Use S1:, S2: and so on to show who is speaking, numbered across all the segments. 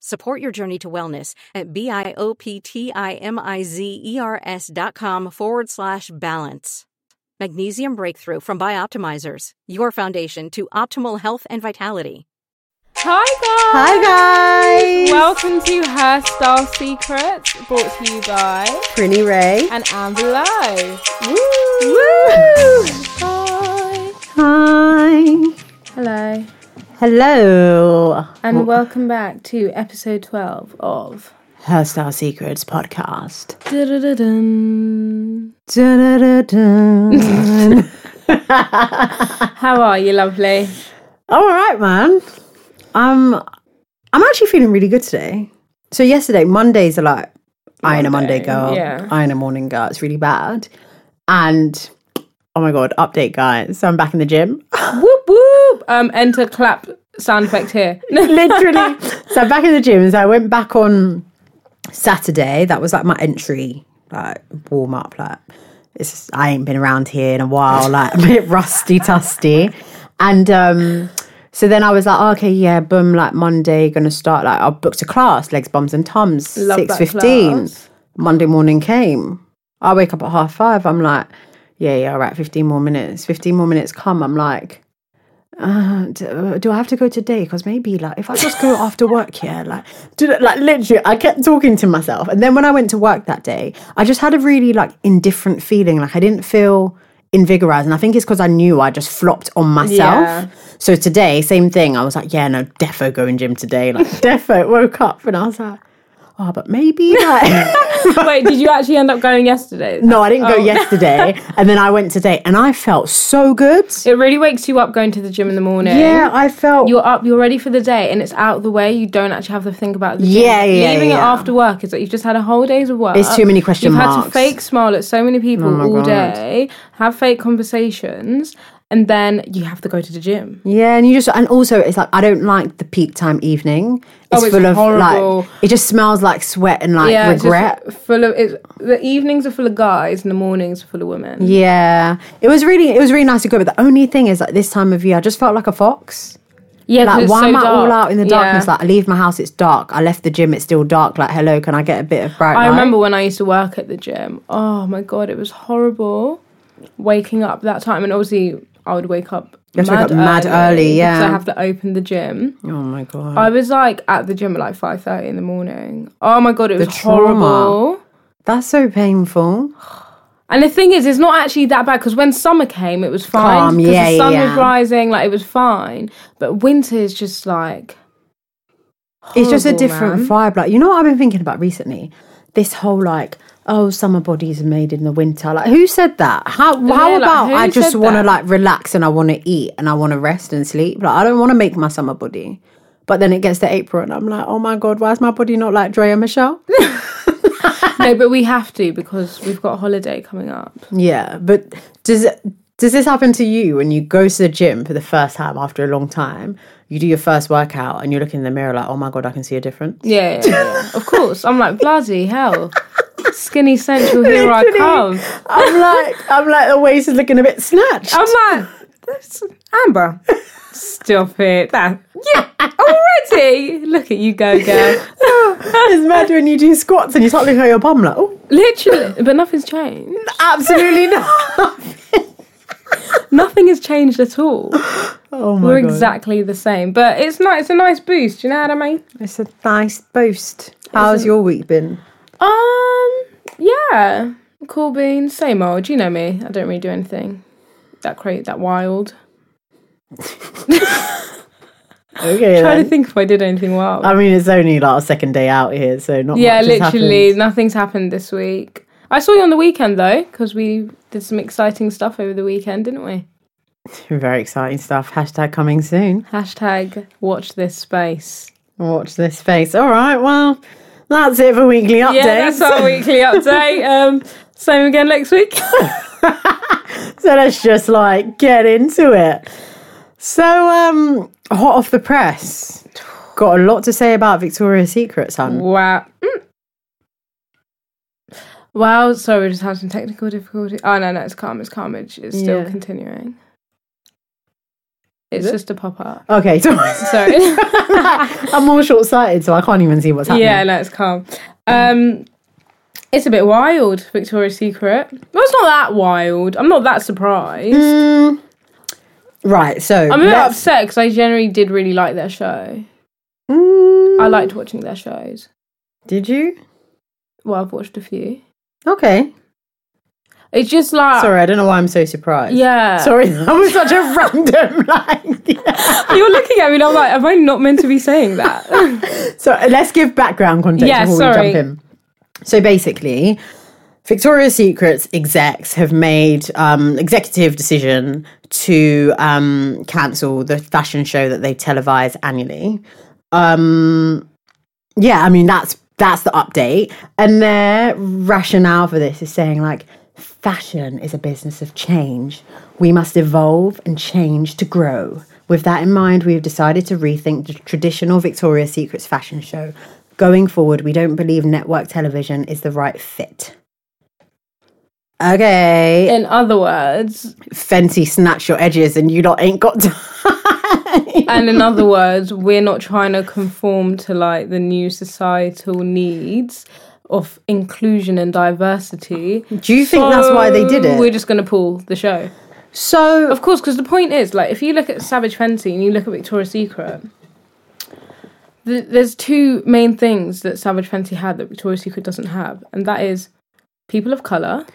S1: Support your journey to wellness at B-I-O-P-T-I-M-I-Z-E-R-S E dot com forward slash balance. Magnesium Breakthrough from Bioptimizers, your foundation to optimal health and vitality.
S2: Hi guys!
S3: Hi guys!
S2: Welcome to Hairstyle Secrets, brought to you by
S3: Prinny Ray
S2: and Amber Lowe.
S3: Woo!
S2: Hi!
S3: Hi.
S2: Hello,
S3: Hello.
S2: and welcome back to episode 12 of.
S3: Hairstyle Secrets podcast.
S2: Dun.
S3: Dun-dun-dun-dun.
S2: How are you, lovely?
S3: All right, man. Um, I'm actually feeling really good today. So yesterday, Mondays are like I ain't a Monday girl.
S2: yeah.
S3: I ain't a morning girl. It's really bad. And oh my god, update guys. So I'm back in the gym.
S2: Whoop whoop! Um, enter clap sound effect here.
S3: literally. So I'm back in the gym. So I went back on Saturday. That was like my entry, like warm up. Like it's just, I ain't been around here in a while. Like a bit rusty, dusty. And um, so then I was like, oh, okay, yeah, boom. Like Monday, gonna start. Like I booked a class, legs, bums, and tums,
S2: Love that
S3: six fifteen.
S2: class.
S3: Monday morning came. I wake up at half five. I'm like, yeah, yeah, all right, 15 more minutes. 15 more minutes come. I'm like, uh, do, do I have to go today? Because maybe, like, if I just go after work here, like, do, like, literally, I kept talking to myself. And then when I went to work that day, I just had a really, like, indifferent feeling. Like, I didn't feel invigorized. And I think it's because I knew I just flopped on myself.
S2: Yeah.
S3: So today, same thing. I was like, yeah, no, defo going gym today. Like, defo woke up and I was like, oh, but maybe, like,
S2: Wait, did you actually end up going yesterday?
S3: No, I
S2: Oh.
S3: didn't go yesterday. and then I went today and I felt so good.
S2: It really wakes you up going to the gym in the morning.
S3: Yeah, I felt.
S2: you're up, you're ready for the day, and it's out of the way. You don't actually have to think about the gym.
S3: Yeah, yeah,
S2: Leaving it
S3: yeah.
S2: after work is like you've just had a whole day's of work.
S3: There's too many question
S2: You've had to
S3: marks. Oh
S2: fake smile at so many people all
S3: God.
S2: day, have fake conversations, and then you have to go to the gym.
S3: yeah, and you just. And also, it's like, I don't like the peak time evening. It's,
S2: Oh, it's
S3: full of
S2: horrible.
S3: like. It just smells like sweat and like
S2: Yeah, it's just
S3: regret.
S2: full of it's, the evenings are full of guys and the mornings are full of women.
S3: yeah, it was really it was really nice to go. But the only thing is, like this time of year, I just felt like a fox.
S2: yeah 'cause
S3: Like,
S2: it's
S3: why
S2: so
S3: am I all
S2: dark.
S3: out in the darkness?
S2: Yeah.
S3: Like, I leave my house, it's dark. I left the gym, it's still dark. Like, hello, can I get a bit of bright
S2: I
S3: light?
S2: remember when I used to work at the gym. Oh my god, it was horrible waking up that time. And obviously, I would wake up.
S3: have to wake up mad early,
S2: because
S3: yeah.
S2: I have to open the gym.
S3: Oh my god!
S2: I was like at the gym at like five thirty in the morning. Oh my god, it was
S3: trauma.
S2: horrible.
S3: That's so painful.
S2: And the thing is, it's not actually that bad because when summer came, it was fine.
S3: Calm,
S2: 'cause
S3: yeah,
S2: the sun
S3: yeah,
S2: was
S3: yeah.
S2: rising, like it was fine. But winter is just like
S3: it's just a
S2: horrible, man.
S3: different vibe. Like, you know what I've been thinking about recently? This whole like, oh, summer bodies are made in the winter. Like, who said that? How how
S2: like,
S3: about
S2: who
S3: I just
S2: said
S3: want to
S2: that?
S3: like relax and I want to eat and I want to rest and sleep. Like, I don't want to make my summer body. But then it gets to April and I'm like, oh my god, why is my body not like Drea Michelle?
S2: no. But we have to because we've got a holiday coming up.
S3: yeah, but does does this happen to you when you go to the gym for the first time after a long time? You do your first workout and you look in the mirror like, oh my god, I can see a difference.
S2: Yeah, yeah, yeah. of course. I'm like, bloody hell. Skinny sensual, here I
S3: Literally.
S2: come.
S3: I'm like, I'm like, the waist is looking a bit
S2: Oh,
S3: snatched.
S2: I'm like, that's Amber. Stop it. That, yeah, already. Look at you go, girl.
S3: it's mad when you do squats and you start looking at your bum like, oh,
S2: Literally. But nothing's changed.
S3: absolutely not.
S2: Nothing has changed at all.
S3: Oh my
S2: We're
S3: god,
S2: exactly the same. But it's nice. It's a nice boost. You know what I mean?
S3: it's a nice boost. How's your week been?
S2: Um, yeah. Cool beans, same old. You know me. I don't really do anything that crazy, that wild.
S3: Okay.
S2: trying
S3: then.
S2: to think if I did anything wild.
S3: I mean, it's only like a second day out here, so not
S2: yeah,
S3: much has
S2: literally,
S3: happened.
S2: nothing's happened this week. I saw you on the weekend though, because we did some exciting stuff over the weekend, didn't we?
S3: Very exciting stuff. Hashtag coming soon.
S2: Hashtag watch this space.
S3: Watch this face. All right, well, that's it for weekly updates.
S2: Yeah, that's our weekly update. Um, same again next week.
S3: so let's just like get into it. So, um, hot off the press. Got a lot to say about Victoria's Secret, son.
S2: wow. Mm. Wow, sorry, we just had some technical difficulty. Oh no, no, it's calm, it's calmage. It's still
S3: Yeah.
S2: continuing. It's
S3: it?
S2: just a pop up.
S3: Okay, so
S2: Sorry.
S3: I'm all short sighted, so I can't even see what's happening.
S2: Yeah, no, it's calm. Um, it's a bit wild, Victoria's Secret. Well, it's not that wild. I'm not that surprised.
S3: Mm. right, so
S2: I'm a bit
S3: let's-
S2: upset because I generally did really like their show.
S3: Mm.
S2: I liked watching their shows.
S3: Did you?
S2: Well, I've watched a few.
S3: Okay.
S2: It's just like
S3: Sorry, I don't know why I'm so surprised.
S2: Yeah.
S3: Sorry, that was such a random like.
S2: You're looking at me and I'm like, am I not meant to be saying that?
S3: So uh, let's give background context
S2: Yeah,
S3: before
S2: sorry.
S3: we jump in. So basically, Victoria's Secret's execs have made um, executive decision to um, cancel the fashion show that they televise annually. Um, yeah, I mean that's that's the update, and their rationale for this is saying like. Fashion is a business of change. We must evolve and change to grow. With that in mind, we have decided to rethink the traditional Victoria's Secret's fashion show. Going forward, we don't believe network television is the right fit. Okay.
S2: In other words,
S3: Fenty snatch your edges and you lot ain't got time.
S2: and in other words, we're not trying to conform to like the new societal needs of inclusion and diversity.
S3: Do you think that's why they did
S2: We're
S3: it?
S2: just going to pull the show.
S3: So
S2: Of course, because the point is, like, if you look at Savage Fenty and you look at Victoria's Secret, th- there's two main things that Savage Fenty had that Victoria's Secret doesn't have, and that is people of color.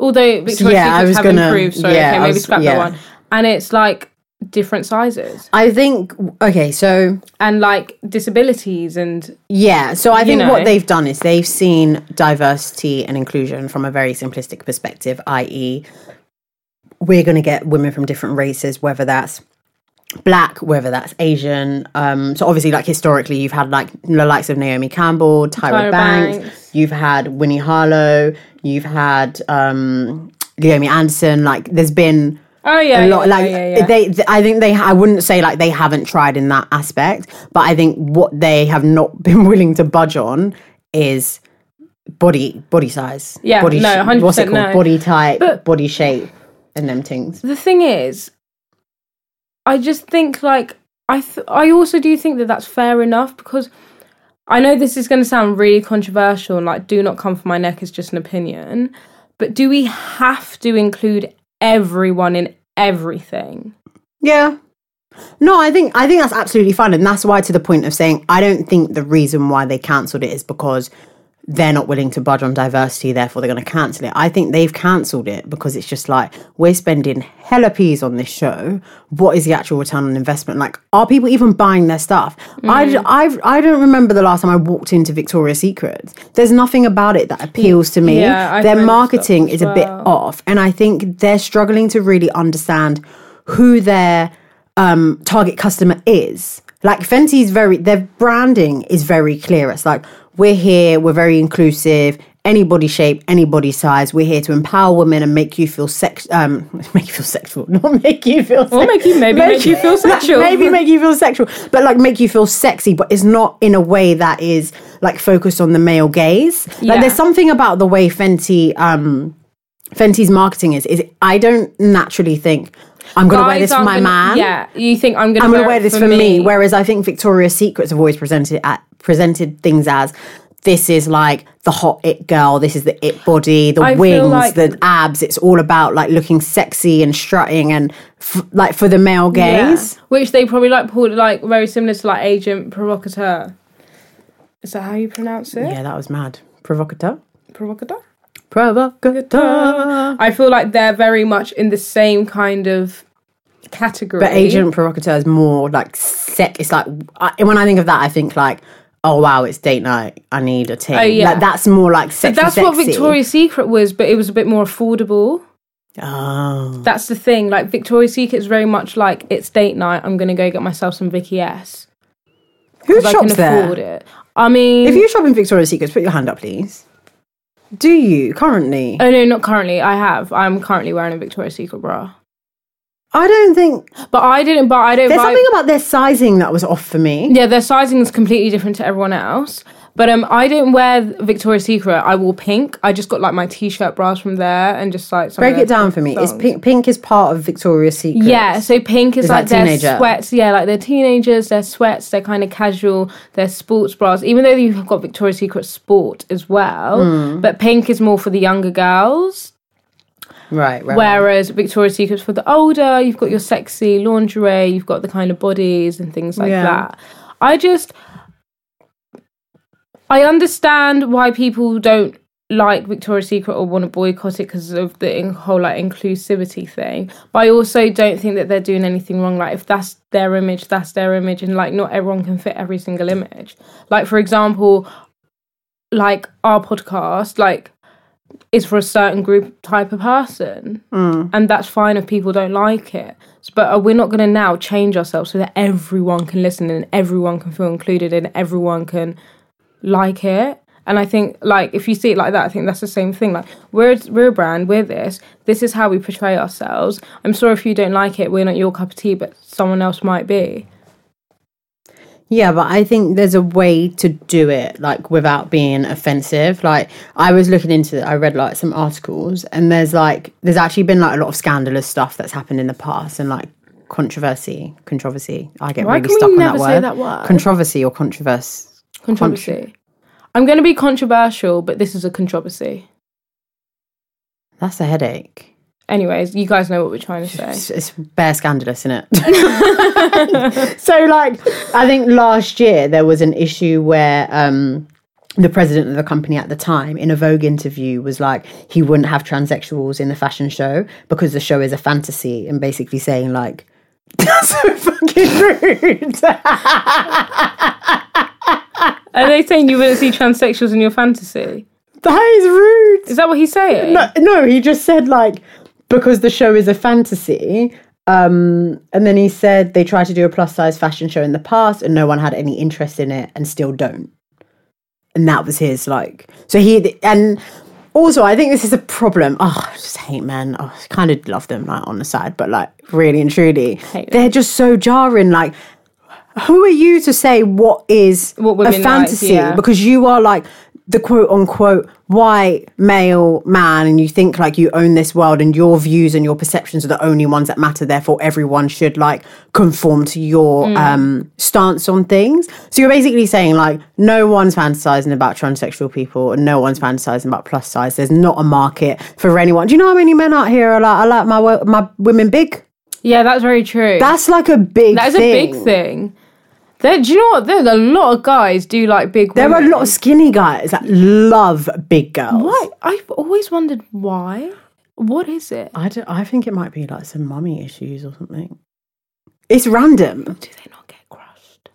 S2: Although Victoria's
S3: Yeah, I
S2: Secrets
S3: was
S2: have
S3: gonna-
S2: improved, so
S3: yeah,
S2: okay,
S3: I
S2: maybe
S3: was-
S2: scrap
S3: yeah.
S2: that one. And it's like different sizes
S3: I think, okay, so
S2: and like disabilities and
S3: Yeah, so I think
S2: know.
S3: what they've done is they've seen diversity and inclusion from a very simplistic perspective, i.e., we're going to get women from different races, whether that's black, whether that's Asian. Um, so obviously, like historically, you've had like the likes of Naomi Campbell, Tyra,
S2: Tyra
S3: Banks,
S2: Banks.
S3: you've had Winnie Harlow, you've had um, Leomi Anderson. Like, there's been
S2: oh yeah,
S3: a
S2: yeah,
S3: lot
S2: yeah,
S3: like
S2: yeah, yeah.
S3: they th- i think they i wouldn't say like they haven't tried in that aspect but i think what they have not been willing to budge on is body body size
S2: Yeah,
S3: body
S2: no,
S3: sh-
S2: 100%
S3: what's it called
S2: no.
S3: body type
S2: But-
S3: body shape and them things
S2: the thing is i just think like i th- i also do think that that's fair enough because i know this is going to sound really controversial and like do not come for my neck is just an opinion but do we have to include everyone in everything
S3: yeah no i think i think that's absolutely fine and that's why to the point of saying i don't think the reason why they cancelled it is because they're not willing to budge on diversity, therefore they're going to cancel it. I think they've cancelled it because it's just like we're spending hella peas on this show. What is the actual return on investment? Like, are people even buying their stuff? I, I've, I don't remember the last time I walked into Victoria's Secret. There's nothing about it that appeals to me.
S2: Yeah, I
S3: their
S2: noticed that
S3: marketing
S2: as
S3: is a bit
S2: well.
S3: off, and I think they're struggling to really understand who their um, target customer is. Like Fenty's very, their branding is very clear. It's like, we're here, we're very inclusive, any body shape, any body size. We're here to empower women and make you feel sex, um, make you feel sexual, not make you feel sexual.
S2: make you- maybe make you feel sexual.
S3: Maybe make you feel sexual, but like make you feel sexy, but it's not in a way that is like focused on the male gaze. Like
S2: Yeah.
S3: there's something about the way Fenty, um, Fenty's marketing is, is I don't naturally think, I'm going to wear this for
S2: aren't
S3: my
S2: gonna-
S3: man.
S2: yeah you think i'm gonna
S3: I'm
S2: wear,
S3: gonna wear
S2: it
S3: this for, me. Whereas I think Victoria's Secrets have always presented it at, presented things as this is like the hot it girl, this is the it body, the
S2: I feel
S3: wings,
S2: like-
S3: the abs. It's all about like looking sexy and strutting and f- like for the male
S2: Yeah.
S3: gaze.
S2: which they probably like pulled like very similar to like agent provocateur is that how you pronounce it
S3: Yeah, that was mad. Provocateur.
S2: provocateur
S3: Provocateur.
S2: I feel like they're very much in the same kind of category.
S3: But agent provocateur is more like sick. It's like I, when I think of that, I think like, oh wow, it's date night. I need a team.
S2: Oh, yeah.
S3: like, that's more like
S2: But
S3: sexy.
S2: that's what
S3: sexy.
S2: Victoria's Secret was, but it was a bit more affordable.
S3: Oh,
S2: That's the thing. Like Victoria's Secret is very much like it's date night. I'm gonna go get myself some Vicky S.
S3: who
S2: 'cause I can
S3: shops there?
S2: afford it. I mean,
S3: If you shop in Victoria's Secrets, put your hand up, please. Do you currently?
S2: oh no, not currently. I have. I'm currently wearing a Victoria's Secret bra,
S3: I don't think
S2: but I didn't. But I don't.
S3: there's
S2: buy-
S3: something about their sizing that was off for me.
S2: Yeah, their sizing is completely different to everyone else. But um, I didn't wear Victoria's Secret. I wore pink. I just got like my t-shirt bras from there and just like some of
S3: Break
S2: their
S3: it down for me. It's
S2: songs.
S3: pink. Pink is part of Victoria's Secret.
S2: Yeah, so pink is
S3: Is
S2: like
S3: that
S2: their
S3: teenager?
S2: sweats. Yeah, like their teenagers, their sweats, their kind of casual, their sports bras. Even though you've got Victoria's Secret Sport as well,
S3: Hmm.
S2: but pink is more for the younger girls.
S3: right, right.
S2: Whereas Victoria's Secret's for the older, you've got your sexy lingerie, you've got the kind of bodies and things like
S3: Yeah.
S2: that. I just I understand why people don't like Victoria's Secret or want to boycott it because of the in- whole like inclusivity thing. But I also don't think that they're doing anything wrong. Like if that's their image, that's their image, and like not everyone can fit every single image. Like for example, like our podcast, like is for a certain group type of person, and that's fine if people don't like it. S- But uh, we're not going to now change ourselves so that everyone can listen and everyone can feel included and everyone can like it. And I think, like, if you see it like that, I think that's the same thing. Like, we're we're a brand, we're this. This is how we portray ourselves. I'm sorry if you don't like it. We're not your cup of tea, but someone else might be.
S3: Yeah, but I think there's a way to do it, like without being offensive. Like I was looking into, I read like some articles, and there's like there's actually been like a lot of scandalous stuff that's happened in the past, and like controversy, controversy. I get
S2: Why
S3: really
S2: can we
S3: stuck on
S2: never
S3: that
S2: say
S3: word.
S2: that word?
S3: Controversy or controversy.
S2: Controversy. I'm going to be controversial, but this is a controversy.
S3: That's a headache.
S2: Anyways, you guys know what we're trying to say.
S3: It's, it's bare scandalous, isn't it? so, like, I think last year there was an issue where um, the president of the company at the time, in a Vogue interview, was like, he wouldn't have transsexuals in the fashion show because the show is a fantasy, and basically saying, like, that's so fucking rude.
S2: Are they saying you wouldn't see transsexuals in your fantasy?
S3: that is rude.
S2: Is that what he's saying?
S3: No, no, he just said like because the show is a fantasy. Um, and then he said they tried to do a plus size fashion show in the past, and no one had any interest in it, and still don't. And that was his like. So he and also I think this is a problem. Oh, I just hate men. Oh, I kind of love them like on the side, but like really and truly,
S2: Hate them.
S3: they're just so jarring. Like, who are you to say what is
S2: What
S3: a
S2: women like,
S3: fantasy?
S2: yeah.
S3: because you are like the quote unquote white male man and you think like you own this world and your views and your perceptions are the only ones that matter therefore everyone should like conform to your
S2: Mm.
S3: um stance on things so you're basically saying like no one's fantasizing about transsexual people and no one's fantasizing about plus size there's not a market for anyone do you know how many men out here are like i like my wo- my women big
S2: Yeah, that's very true.
S3: that's like a big
S2: that is a big thing. There, do you know what? There's a lot of guys do like big.
S3: there are a
S2: women.
S3: lot of skinny guys that love big girls
S2: Why? I've always wondered why. What is it?
S3: I, don't, I think it might be like some mummy issues or something. It's random.
S2: Do they not get crushed?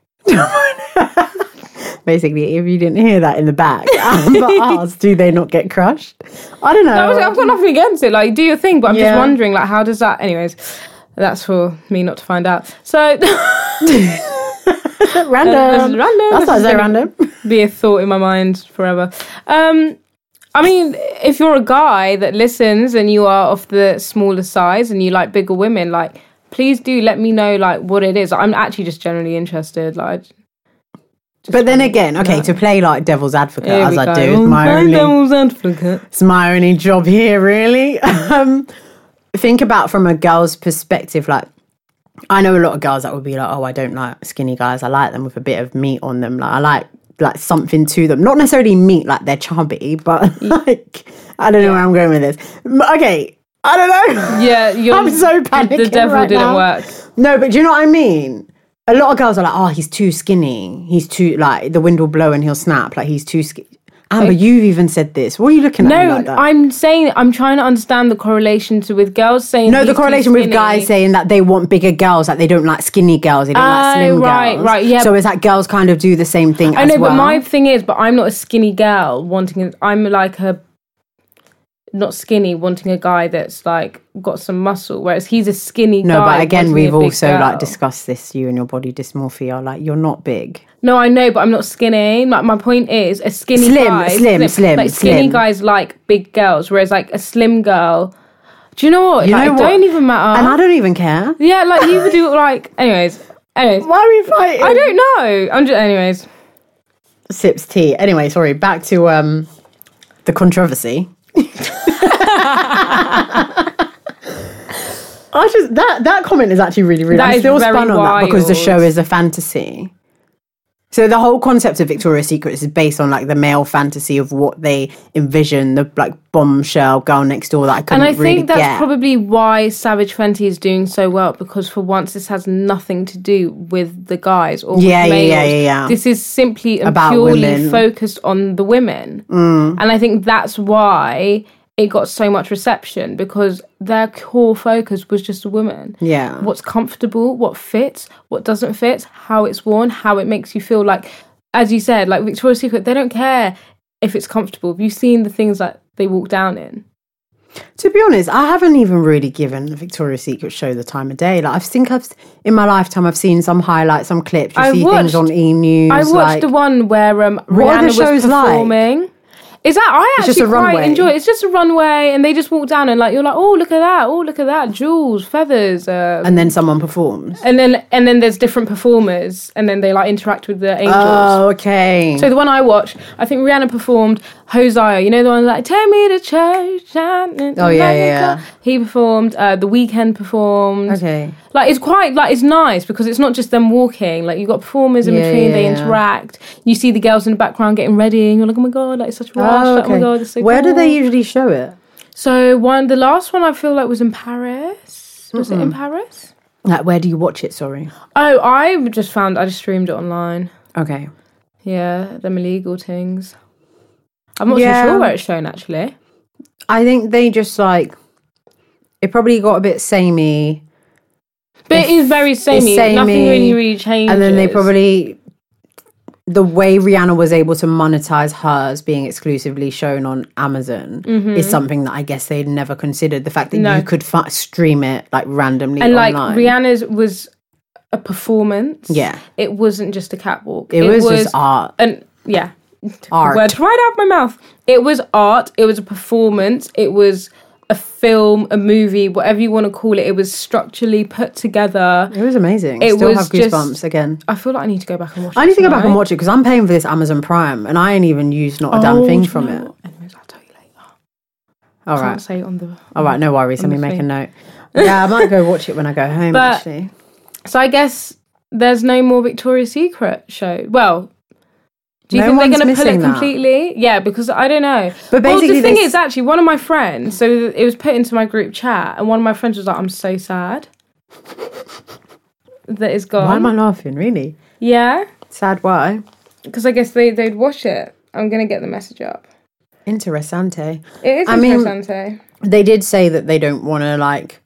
S3: Basically, if you didn't hear that in the back, Amber asked, do they not get crushed? I don't know.
S2: I was, I've got nothing against it. Like, do your thing, but I'm just
S3: Yeah.
S2: wondering, like, how does that? Anyways, that's for me not to find out.
S3: Um,
S2: So,
S3: random.
S2: This is random.
S3: That's
S2: This
S3: not
S2: is
S3: so
S2: gonna
S3: random.
S2: be a thought in my mind forever. Um, I mean, if you're a guy that listens and you are of the smaller size and you like bigger women, like please do let me know like what it is. I'm actually just generally interested. Like,
S3: But then again, okay, to play like devil's advocate,
S2: here
S3: as
S2: we
S3: I
S2: go.
S3: do, it's my
S2: Find
S3: only,
S2: devil's advocate.
S3: it's my only job here, really. um, think about from a girl's perspective, like, I know a lot of girls that would be like, oh, I don't like skinny guys. I like them with a bit of meat on them. Like, I like like something to them. Not necessarily meat, like they're chubby, but like, I don't know where I'm going with this. M- Okay, I don't know.
S2: Yeah, you're,
S3: I'm so
S2: The
S3: panicking
S2: devil
S3: right
S2: didn't
S3: now.
S2: work.
S3: No, but do you know what I mean? A lot of girls are like, oh, he's too skinny. He's too, like, the wind will blow and he'll snap. Like, he's too skinny. Amber, you've even said this. What are you looking at? me
S2: No,
S3: like that?
S2: I'm saying I'm trying to understand the correlation to with girls saying
S3: No,
S2: these
S3: the
S2: two
S3: correlation with
S2: skinny-
S3: guys saying that they want bigger girls, that they don't like skinny girls, they don't like
S2: Oh,
S3: slim
S2: right,
S3: girls.
S2: right, yeah.
S3: So it's that girls kind of do the same thing.
S2: I
S3: as
S2: know,
S3: well.
S2: but my thing is, but I'm not a skinny girl wanting. A, I'm like a not skinny wanting a guy that's like got some muscle, whereas he's a skinny.
S3: no,
S2: guy
S3: but again,
S2: wanting a
S3: we've
S2: big
S3: also like
S2: girl.
S3: discussed this. You and your body dysmorphia, like you're not big.
S2: No, I know, but I'm not skinny. Like my point is, a skinny
S3: Slim,
S2: guy,
S3: slim, slim,
S2: like skinny
S3: slim.
S2: guys like big girls, whereas like a slim girl. Do you know what?
S3: You
S2: like,
S3: know
S2: it
S3: what?
S2: don't even matter.
S3: and I don't even care.
S2: yeah, like you would do like. Anyways, anyways,
S3: Why are we fighting?
S2: I don't know. I'm just anyways.
S3: sips tea. Anyway, sorry. Back to um the controversy. I just that that comment is actually really really.
S2: That
S3: I'm
S2: is
S3: still
S2: very
S3: spun on that because the
S2: wild.
S3: show is a fantasy. So the whole concept of Victoria's Secret is based on like the male fantasy of what they envision the like bombshell girl next door that I couldn't
S2: And I
S3: really
S2: think that's
S3: get.
S2: probably why Savage Fenty is doing so well because for once this has nothing to do with the guys or
S3: Yeah,
S2: with
S3: yeah,
S2: males.
S3: yeah, yeah, yeah.
S2: This is simply and
S3: About
S2: purely
S3: women. Mm.
S2: focused on the women, and I think that's why it got so much reception because their core focus was just the women.
S3: Yeah.
S2: what's comfortable, what fits, what doesn't fit, how it's worn, how it makes you feel. Like as you said, like Victoria's Secret, they don't care if it's comfortable. Have you seen the things that they walk down in?
S3: To be honest, I haven't even really given the Victoria's Secret show the time of day. Like I think I've in my lifetime I've seen some highlights, some clips. You
S2: I
S3: see
S2: watched-
S3: things on E News.
S2: I watched
S3: like,
S2: the one where um,
S3: are the
S2: Rihanna was
S3: shows like?
S2: performing. Is that I
S3: It's
S2: actually
S3: just a
S2: quite
S3: runway.
S2: enjoy it. It's just a runway, and they just walk down, and like you're like, oh look at that, oh look at that, jewels, feathers, uh,
S3: and then someone performs.
S2: and then and then there's different performers, and then they like interact with the angels.
S3: Oh, okay.
S2: so the one I watched, I think Rihanna performed Hosea. You know the one like "Take Me to Church." Oh
S3: yeah, yeah, yeah.
S2: He performed. Uh, the Weekend performed.
S3: okay.
S2: Like it's quite like it's nice because it's not just them walking. Like you've got performers in
S3: Yeah,
S2: between, they
S3: yeah, yeah.
S2: interact. You see the girls in the background getting ready, and you're like, oh my god, like it's such a rush. like,
S3: Oh,
S2: Oh my
S3: okay.
S2: god, it's so.
S3: Where do
S2: cool."
S3: they usually show it?
S2: So one, the last one I feel like was in Paris. Was it in Paris?
S3: Like, where do you watch it? Sorry.
S2: Oh, I just found I just streamed it online.
S3: Okay.
S2: Yeah, them illegal things. I'm not
S3: Yeah.
S2: so sure where it's shown actually.
S3: I think they just like it probably got a bit samey,
S2: But it is very samey. Nothing
S3: samey,
S2: really, really changes.
S3: and then they probably the way Rihanna was able to monetize hers being exclusively shown on Amazon is something that I guess they never considered the fact that
S2: Mm-hmm. No.
S3: you could fa- stream it like randomly
S2: and like
S3: online.
S2: Rihanna's was a performance.
S3: Yeah.
S2: it wasn't just a catwalk.
S3: it, was, just art.
S2: and yeah,
S3: Art.
S2: words right out my mouth. It was art. It was a performance. It was a film, a movie, whatever you want to call it. It was structurally put together.
S3: It was amazing.
S2: It
S3: Still
S2: was
S3: have
S2: just-
S3: goosebumps again.
S2: I feel like I need to go back and watch.
S3: I need to go back and watch it because I'm paying for this Amazon Prime and I ain't even used not a
S2: Oh,
S3: damn thing from it.
S2: Anyways, I'll tell you later.
S3: All
S2: Can't
S3: right.
S2: say it on the.
S3: All right. No worries. Let me
S2: the
S3: make a
S2: thing.
S3: note. Yeah, I might go watch it when I go home,
S2: But-
S3: actually.
S2: So I guess there's no more Victoria's Secret show. Well. Do you
S3: No
S2: think they're
S3: one's
S2: going to pull it
S3: missing that.
S2: completely? Yeah, because I don't know.
S3: But
S2: well,
S3: basically
S2: the thing
S3: this-
S2: is, actually, one of my friends. So it was put into my group chat, and one of my friends was like, "I'm so sad that it's gone."
S3: Why am I laughing? Really?
S2: Yeah,
S3: Sad why?
S2: because I guess they they'd watch it. I'm gonna get the message up.
S3: Interessante.
S2: It is
S3: I mean-
S2: interesting.
S3: they did say that they don't want to like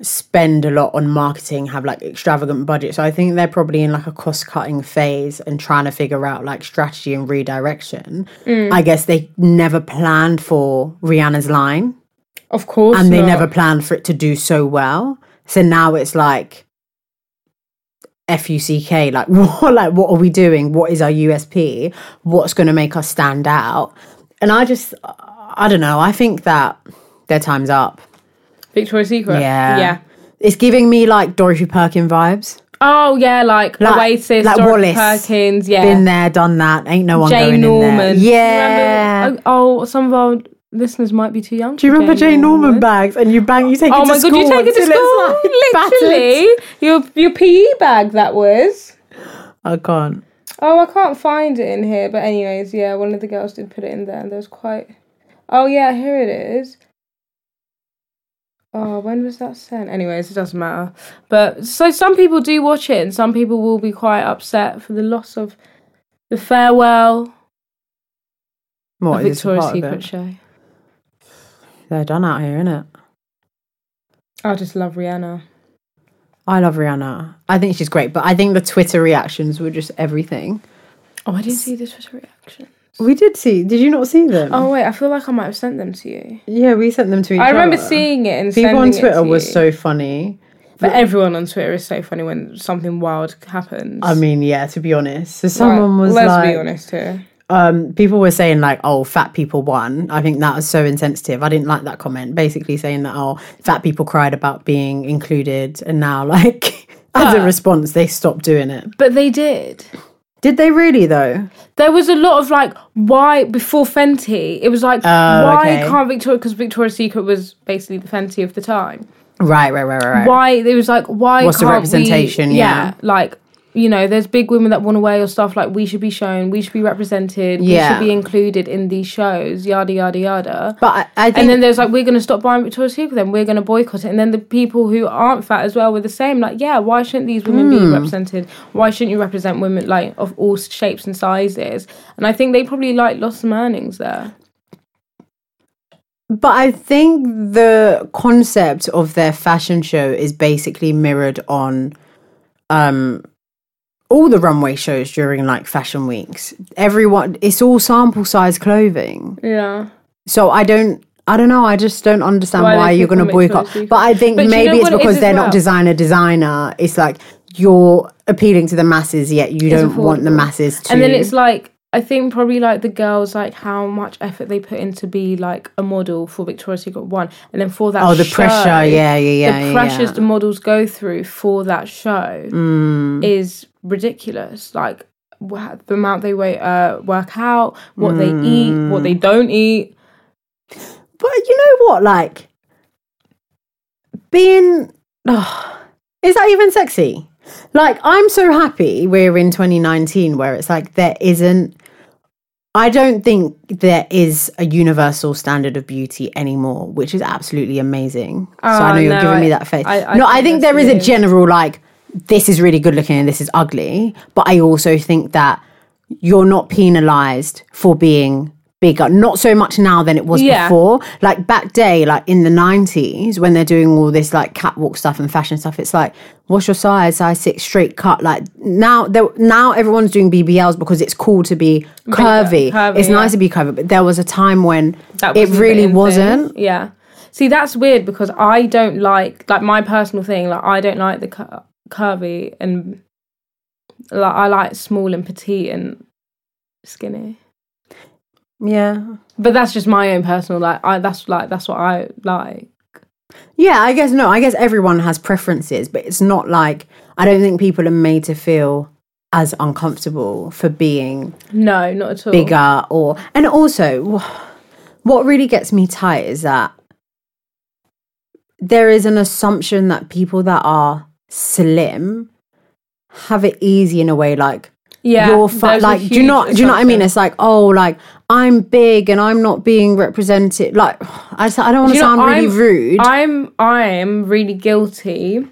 S3: spend a lot on marketing have like extravagant budget so i think they're probably in like a cost cutting phase and trying to figure out like strategy and redirection i guess they never planned for rihanna's line
S2: Of course,
S3: and they
S2: not.
S3: never planned for it to do so well so now it's like f-u-c-k like what like what are we doing what is our usp what's going to make us stand out and i just i don't know i think that their time's up
S2: Victoria's Secret.
S3: Yeah.
S2: yeah.
S3: It's giving me like Dorothy Perkin vibes.
S2: Oh yeah, like,
S3: Like-
S2: Oasis,
S3: like
S2: Dorothy
S3: Wallace.
S2: Perkins. Yeah,
S3: Been there, done that. Ain't no one
S2: Jane
S3: going
S2: Norman.
S3: in there.
S2: Do you
S3: Yeah.
S2: remember- oh, some of our listeners might be too young.
S3: Do you remember Jane, Norman, bags? And you bang, you take
S2: Oh
S3: it to
S2: my god,
S3: school.
S2: you take it to
S3: until
S2: school?
S3: it's, like,
S2: Literally, your your PE bag that was.
S3: battered. I can't.
S2: Oh, I can't find it in here. But anyways, yeah, one of the girls did put it in there, and there was quite. Oh yeah, here it is. Oh, when was that sent? Anyways, it doesn't matter. But so some people do watch it, and some people will be quite upset for the loss of the farewell.
S3: What,
S2: a
S3: is this a
S2: Victoria's
S3: part of
S2: Secret
S3: it?
S2: show.
S3: They're done out here, innit?
S2: I just love Rihanna.
S3: I love Rihanna. I think she's great, but I think the Twitter reactions were just everything.
S2: Oh, I didn't see the Twitter reaction.
S3: We did see. Did you not see them?
S2: Oh wait, I feel like I might have sent them to you.
S3: yeah, we sent them to each
S2: I remember
S3: other.
S2: seeing it and
S3: people on
S2: sending it
S3: Twitter
S2: to
S3: were
S2: you.
S3: so funny.
S2: But everyone on Twitter is so funny when something wild happens.
S3: I mean, yeah, to be honest, so
S2: Like,
S3: someone was
S2: Let's
S3: like,
S2: be honest here.
S3: um, people were saying like, "Oh, fat people won." I think that was so insensitive. I didn't like that comment. Basically saying that, "Oh, fat people cried about being included," and now like as a response, they stopped doing it.
S2: But they did.
S3: Did they really though?
S2: There was a lot of like, why before Fenty? It was like, why
S3: Oh, okay.
S2: can't Victoria? Because Victoria's Secret was basically the Fenty of the time.
S3: Right, right, right, right. right.
S2: Why it was like, why
S3: What's the
S2: can't
S3: representation,
S2: We,
S3: yeah.
S2: like you know, there's big women that want to wear your stuff. Like we should be shown, we should be represented,
S3: Yeah.
S2: we should be included in these shows. Yada yada yada.
S3: But I, I think
S2: And then there's like, we're going to stop buying Victoria's Secret, then we're going to boycott it. And then the people who aren't fat as well were the same. Like, yeah, why shouldn't these women be
S3: Hmm.
S2: represented? Why shouldn't you represent women like of all shapes and sizes? And I think they probably like lost some earnings there.
S3: But I think the concept of their fashion show is basically mirrored on um all the runway shows during like fashion weeks. Everyone it's all sample size clothing.
S2: Yeah.
S3: So I don't I don't know, I just don't understand
S2: Why
S3: why,
S2: they
S3: you're
S2: pick
S3: gonna
S2: on Victoria's
S3: boycott.
S2: Secret.
S3: But I think
S2: But do you know
S3: maybe it's
S2: what it is
S3: because
S2: as
S3: they're
S2: well?
S3: not designer designer. It's like you're appealing to the masses yet you don't want the
S2: affordable.
S3: masses to
S2: And then it's like, I think probably like the girls, like how much effort they put in to be like a model for Victoria's Secret 1. And then for that
S3: Oh the
S2: show-
S3: pressure, yeah, yeah, yeah.
S2: the
S3: yeah,
S2: pressures
S3: yeah.
S2: the models go through for that show
S3: Mm.
S2: is ridiculous. Like wha- the amount they wait, uh, work out, what they eat, what
S3: Mm.
S2: they don't eat.
S3: But you know what? Like being oh, is that even sexy? Like I'm so happy we're in 2019 where it's like there isn't I don't think there is a universal standard of beauty anymore, which is absolutely amazing. so I
S2: Oh,
S3: know you're
S2: no,
S3: giving me
S2: I-
S3: that faith.
S2: I- I
S3: no, I
S2: think
S3: think
S2: that's
S3: there is a
S2: it.
S3: general like this is really good looking and this is ugly, but I also think that you're not penalized for being bigger. Not so much now than it was
S2: Yeah.
S3: before. Like back day, like in the nineties, when they're doing all this like catwalk stuff and fashion stuff, it's like, what's your size? Size six, straight cut. Like now, there- now everyone's doing BBLs because it's cool to be curvy.
S2: curvy,
S3: it's
S2: yeah.
S3: nice to be curvy, but there was a time when
S2: That
S3: it
S2: wasn't the
S3: really
S2: in thing.
S3: wasn't.
S2: Yeah. See, that's weird because I don't like like my personal thing. Like I don't like the cur- curvy and like I like small and petite and skinny.
S3: Yeah.
S2: But that's just my own personal like. I that's like that's what I like.
S3: Yeah, I guess no. I guess everyone has preferences, but it's not like I don't think people are made to feel as uncomfortable for being
S2: No, not at all.
S3: bigger or and also wh- what really gets me tight is that there is an assumption that people that are slim have it easy in a way like
S2: Yeah,
S3: you're fat
S2: there's a
S3: like do you
S2: huge
S3: not do you know what I
S2: assumption.
S3: mean it's like oh like I'm big and I'm not being represented like I, just- I don't want to
S2: You know,
S3: sound really
S2: I'm-
S3: rude
S2: I'm I'm really guilty.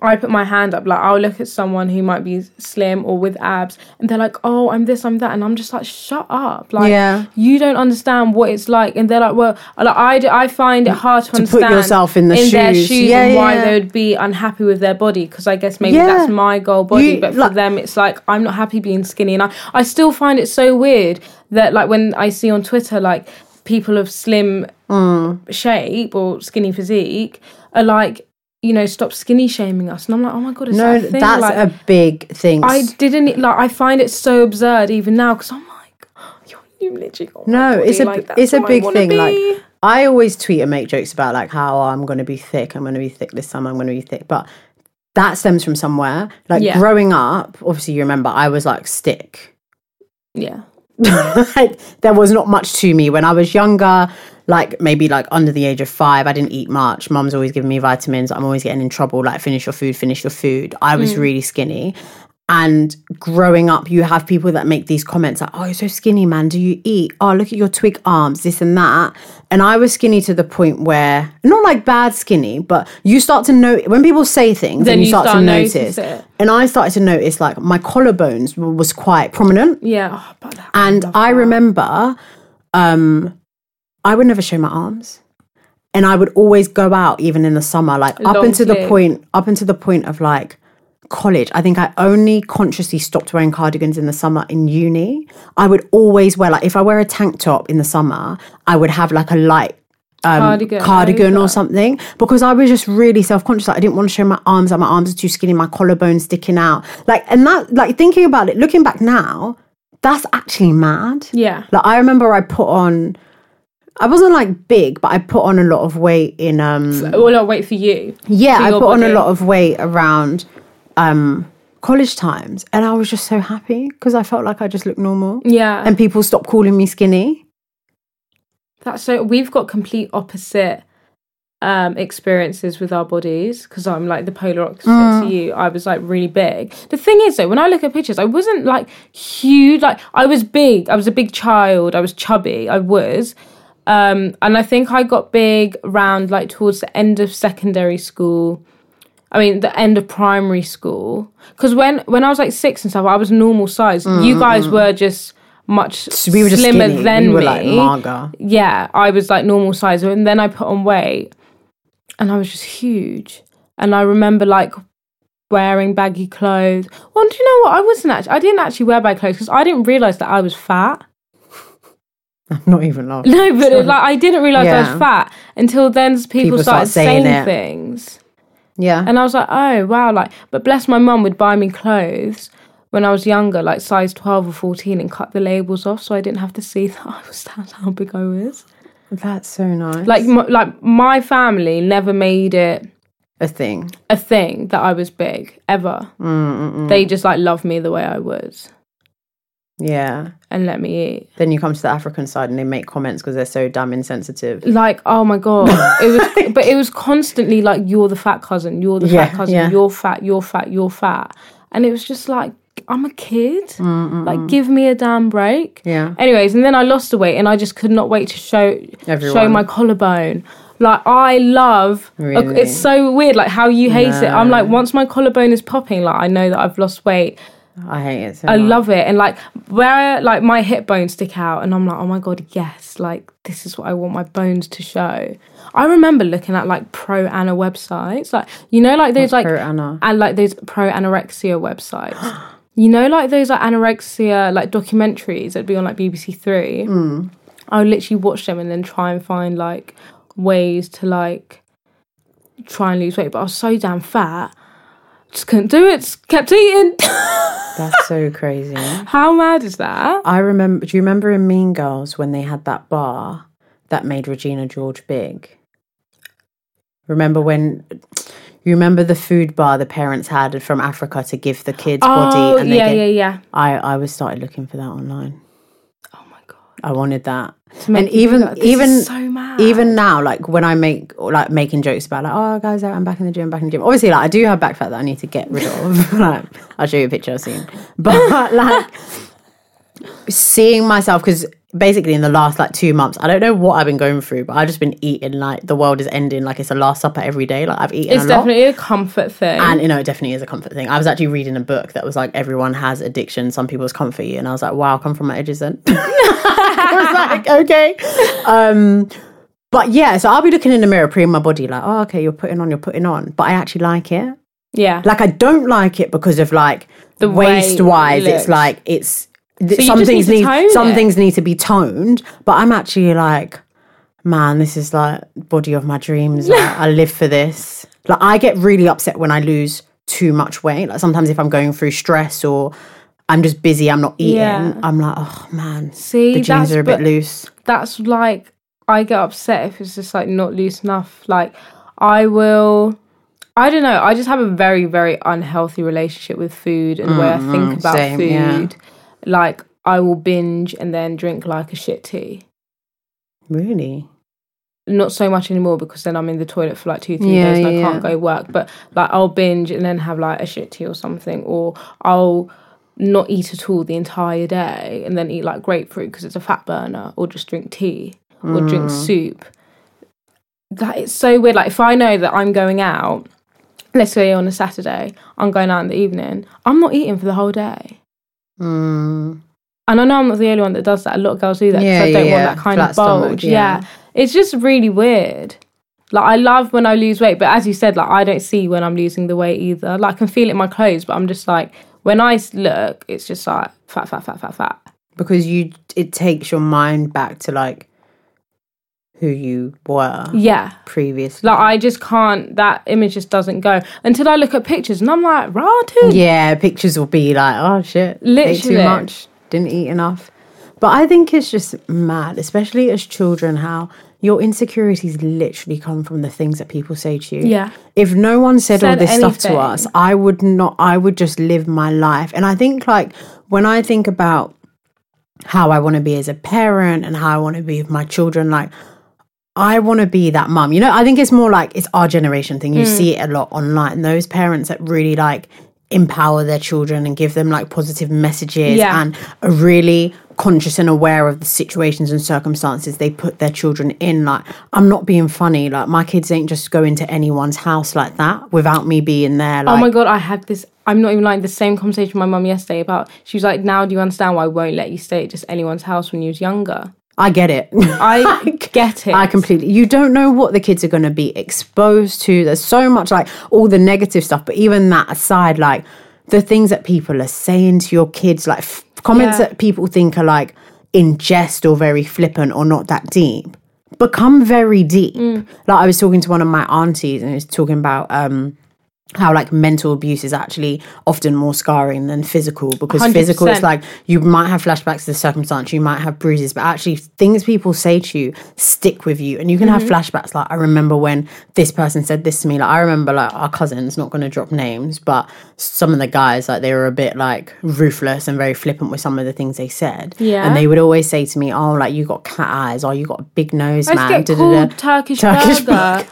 S2: I put my hand up, like I'll look at someone who might be slim or with abs, and they're like, "Oh, I'm this, I'm that," and I'm just like, "Shut up!" Like,
S3: Yeah.
S2: you don't understand what it's like, and they're like, "Well," like, I do- I find it hard to,
S3: put
S2: understand
S3: yourself in the
S2: their
S3: shoes.
S2: shoes
S3: Yeah,
S2: and why
S3: yeah.
S2: they would be unhappy with their body because I guess maybe
S3: Yeah.
S2: that's my goal body,
S3: You-
S2: but for
S3: like-
S2: them it's like I'm not happy being skinny, and I I still find it so weird that like when I see on Twitter like people of slim shape or skinny physique are like, you know, stop skinny shaming us. And I'm like, oh my god, is
S3: no
S2: that a thing?
S3: that's
S2: like,
S3: a big thing
S2: I didn't e-, like. I find it so absurd even now because I'm like, you're, you literally got my
S3: No,
S2: body,
S3: it's a
S2: like, that's
S3: it's a
S2: what I
S3: big
S2: wanna
S3: thing.
S2: be.
S3: Like I always tweet and make jokes about like how oh, I'm going to be thick. I'm going to be thick this summer. I'm going to be thick, but that stems from somewhere. Like
S2: Yeah.
S3: growing up, obviously you remember I was like stick
S2: yeah,
S3: like there was not much to me when I was younger, like maybe like under the age of five, I didn't eat much. Mum's always giving me vitamins. I'm always getting in trouble. Like finish your food, finish your food. I was really skinny. And growing up, you have people that make these comments like, "Oh, you're so skinny, man. Do you eat? Oh, look at your twig arms, this and that." And I was skinny to the point where, not like bad skinny, but you start to know when people say things, then you, start, to notice.
S2: it.
S3: And I started to notice like my collarbones w- was quite prominent.
S2: yeah. Oh, but that-
S3: And I remember um, I would never show my arms. And I would always go out even in the summer, like up
S2: Long
S3: until the
S2: sleeve.
S3: point up until the point of like college. I think I only consciously stopped wearing cardigans in the summer in uni. I would always wear like if I wear a tank top in the summer, I would have like a light um,
S2: Cardigan
S3: cardigan, or
S2: over.
S3: something because I was just really self conscious. Like, I didn't want to show my arms, like my arms are too skinny, my collarbone's sticking out. Like, and that, like, thinking about it, looking back now, that's actually mad.
S2: Yeah.
S3: Like, I remember I put on, I wasn't like big, but I put on a lot of weight in, um,
S2: Well, I'll wait for you.
S3: yeah,
S2: for
S3: I
S2: your
S3: put on a
S2: body.
S3: lot of weight around, um, college times. And I was just so happy because I felt like I just looked normal.
S2: Yeah.
S3: And people stopped calling me skinny.
S2: That's so we've got complete opposite um experiences with our bodies because I'm like the polar opposite
S3: Mm.
S2: to you. I was like really big. The thing is though, when I look at pictures, I wasn't like huge. Like I was big. I was a big child. I was chubby. I was. Um and I think I got big round like towards the end of secondary school. I mean the end of primary school. Cause when when I was like six and stuff, I was normal size. You guys were just much
S3: Mm, We were just
S2: slimmer
S3: skinny.
S2: than
S3: we were
S2: me
S3: like mager.
S2: yeah, I was like normal size, and then I put on weight, and I was just huge. And I remember like wearing baggy clothes. Well, do you know what? I wasn't actually. I didn't actually wear baggy clothes because I didn't realize that I was fat.
S3: I'm not even laughing.
S2: No, but it, like I didn't realize I
S3: Yeah.
S2: was fat until then. People,
S3: People
S2: started
S3: start saying
S2: saying
S3: it.
S2: things.
S3: Yeah.
S2: And I was like, oh wow, like but bless my mum would buy me clothes when I was younger, like size twelve or fourteen, and cut the labels off so I didn't have to see that I was that's how big I was.
S3: That's so nice.
S2: Like m- like my family never made it
S3: a thing.
S2: a thing that I was big ever. They just like loved me the way I was
S3: Yeah.
S2: and let me eat.
S3: Then you come to the African side and they make comments because they're so damn insensitive.
S2: Like oh my god, it was but it was constantly like you're the fat cousin, you're the
S3: Yeah,
S2: fat cousin,
S3: yeah.
S2: you're fat, you're fat, you're fat, and it was just like I'm a kid. Like give me a damn break.
S3: Yeah.
S2: Anyways, and then I lost the weight, and I just could not wait to show show
S3: Everyone.
S2: my collarbone. Like I love.
S3: Really?
S2: It's so weird, like how you hate it. I'm like, once my collarbone is popping, like I know that I've lost weight.
S3: I hate it so
S2: I
S3: much.
S2: love it, and like where like my hip bones stick out, and I'm like, oh my god, yes, like this is what I want my bones to show. I remember looking at like pro ana websites, like you know, like those like
S3: pro ana?
S2: and like those pro anorexia websites. you know, like those like anorexia like documentaries that'd be on like BBC Three.
S3: Mm.
S2: I would literally watch them and then try and find like ways to like try and lose weight, but I was so damn fat. Just couldn't do it. Just kept eating.
S3: That's so crazy.
S2: How mad is that?
S3: I remember. Do you remember in Mean Girls when they had that bar that made Regina George big? Remember when? You remember the food bar the parents had from Africa to give the kids
S2: oh,
S3: body? they
S2: yeah,
S3: gave-
S2: yeah, yeah.
S3: I I was started looking for that online.
S2: Oh my god.
S3: I wanted that.
S2: make
S3: And
S2: you do
S3: even
S2: that. This is
S3: even
S2: so mad.
S3: even now, like when I make or like making jokes about like, oh guys, I'm back in the gym, back in the gym. Obviously, like I do have back fat that I need to get rid of. like I'll show you a picture soon. But like seeing myself because basically in the last like two months, I don't know what I've been going through, but I've just been eating like the world is ending, like it's a last supper every day. Like I've eaten
S2: It's
S3: a lot.
S2: definitely a comfort thing.
S3: And you know, it definitely is a comfort thing. I was actually reading a book that was like everyone has addiction, some people's comfort you, and I was like, wow, come from my edges then. I was like, okay. Um but yeah, so I'll be looking in the mirror, preying my body, like, oh, okay, you're putting on, you're putting on. But I actually like it.
S2: yeah.
S3: Like, I don't like it because of like the
S2: way
S3: waist wise,
S2: it
S3: it's
S2: looks.
S3: like, it's th-
S2: you
S3: some
S2: just
S3: things
S2: need
S3: need,
S2: to tone
S3: some
S2: it.
S3: things need to be toned. But I'm actually like, man, this is like body of my dreams. Like, I live for this. Like I get really upset when I lose too much weight. Like sometimes if I'm going through stress or I'm just busy, I'm not eating.
S2: Yeah.
S3: I'm like, oh man,
S2: See,
S3: the jeans
S2: that's-
S3: are a bit
S2: but-
S3: loose.
S2: that's like I get upset if it's just like not loose enough. Like I will I don't know, I just have a very, very unhealthy relationship with food and the way I think about
S3: Mm-hmm. same,
S2: food.
S3: yeah.
S2: Like I will binge and then drink like a shit tea.
S3: Really?
S2: Not so much anymore because then I'm in the toilet for like two, three
S3: Yeah,
S2: days and I
S3: yeah.
S2: can't go work. But like I'll binge and then have like a shit tea or something, or I'll not eat at all the entire day and then eat like grapefruit because it's a fat burner, or just drink tea or drink
S3: Mm.
S2: soup. That it's so weird. Like if I know that I'm going out, let's say on a Saturday, I'm going out in the evening, I'm not eating for the whole day.
S3: Mm.
S2: And I know I'm not the only one that does that. A lot of girls do that because
S3: Yeah,
S2: I don't
S3: yeah, yeah.
S2: want that kind
S3: Flat
S2: of
S3: stomach,
S2: bulge.
S3: yeah.
S2: yeah. It's just really weird. Like I love when I lose weight, but as you said, like I don't see when I'm losing the weight either. Like I can feel it in my clothes, but I'm just like when I s- look, it's just like fat, fat, fat, fat, fat.
S3: because you it takes your mind back to like who you were
S2: Yeah.
S3: previously.
S2: Like I just can't. That image just doesn't go until I look at pictures, and I'm like, raw dude.
S3: yeah, pictures will be like, oh shit, ate too
S2: Literally.
S3: much, didn't eat enough. But I think it's just mad, especially as children, how your insecurities literally come from the things that people say to you.
S2: Yeah.
S3: If no one said, all
S2: Said
S3: this stuff to
S2: anything.
S3: us, I would not. I would just live my life. And I think like when I think about how I want to be as a parent and how I want to be with my children, like I want to be that mum. You know, I think it's more like it's our generation thing.
S2: Mm.
S3: You see it a lot online. Those parents that really like empower their children and give them like positive messages
S2: Yeah.
S3: and are really conscious and aware of the situations and circumstances they put their children in. Like, I'm not being funny. Like, my kids ain't just going to anyone's house like that without me being there. Like,
S2: Oh my god, I had this. I'm not even lying. The same conversation with my mum yesterday about. She was like, "Now do you understand why I won't let you stay at just anyone's house when you was younger?"
S3: I get it.
S2: I get it.
S3: I completely. You don't know what the kids are going to be exposed to. There's so much like all the negative stuff, but even that aside, like the things that people are saying to your kids, like f- comments
S2: Yeah.
S3: that people think are like in jest or very flippant or not that deep, become very deep. Like I was talking to one of my aunties and he was talking about um how like mental abuse is actually often more scarring than physical because physical is
S2: 100%.
S3: like you might have flashbacks to the circumstance you might have bruises but actually things people say to you stick with you and you can have
S2: Mm-hmm.
S3: flashbacks like i remember when this person said this to me like i remember like our cousins not going to drop names but some of the guys like they were a bit like ruthless and very flippant with some of the things they said
S2: Yeah.
S3: and they would always say to me oh like you got cat eyes or you got a big nose
S2: I
S3: man
S2: just get
S3: da-da-da."
S2: called Turkish,
S3: Turkish
S2: burger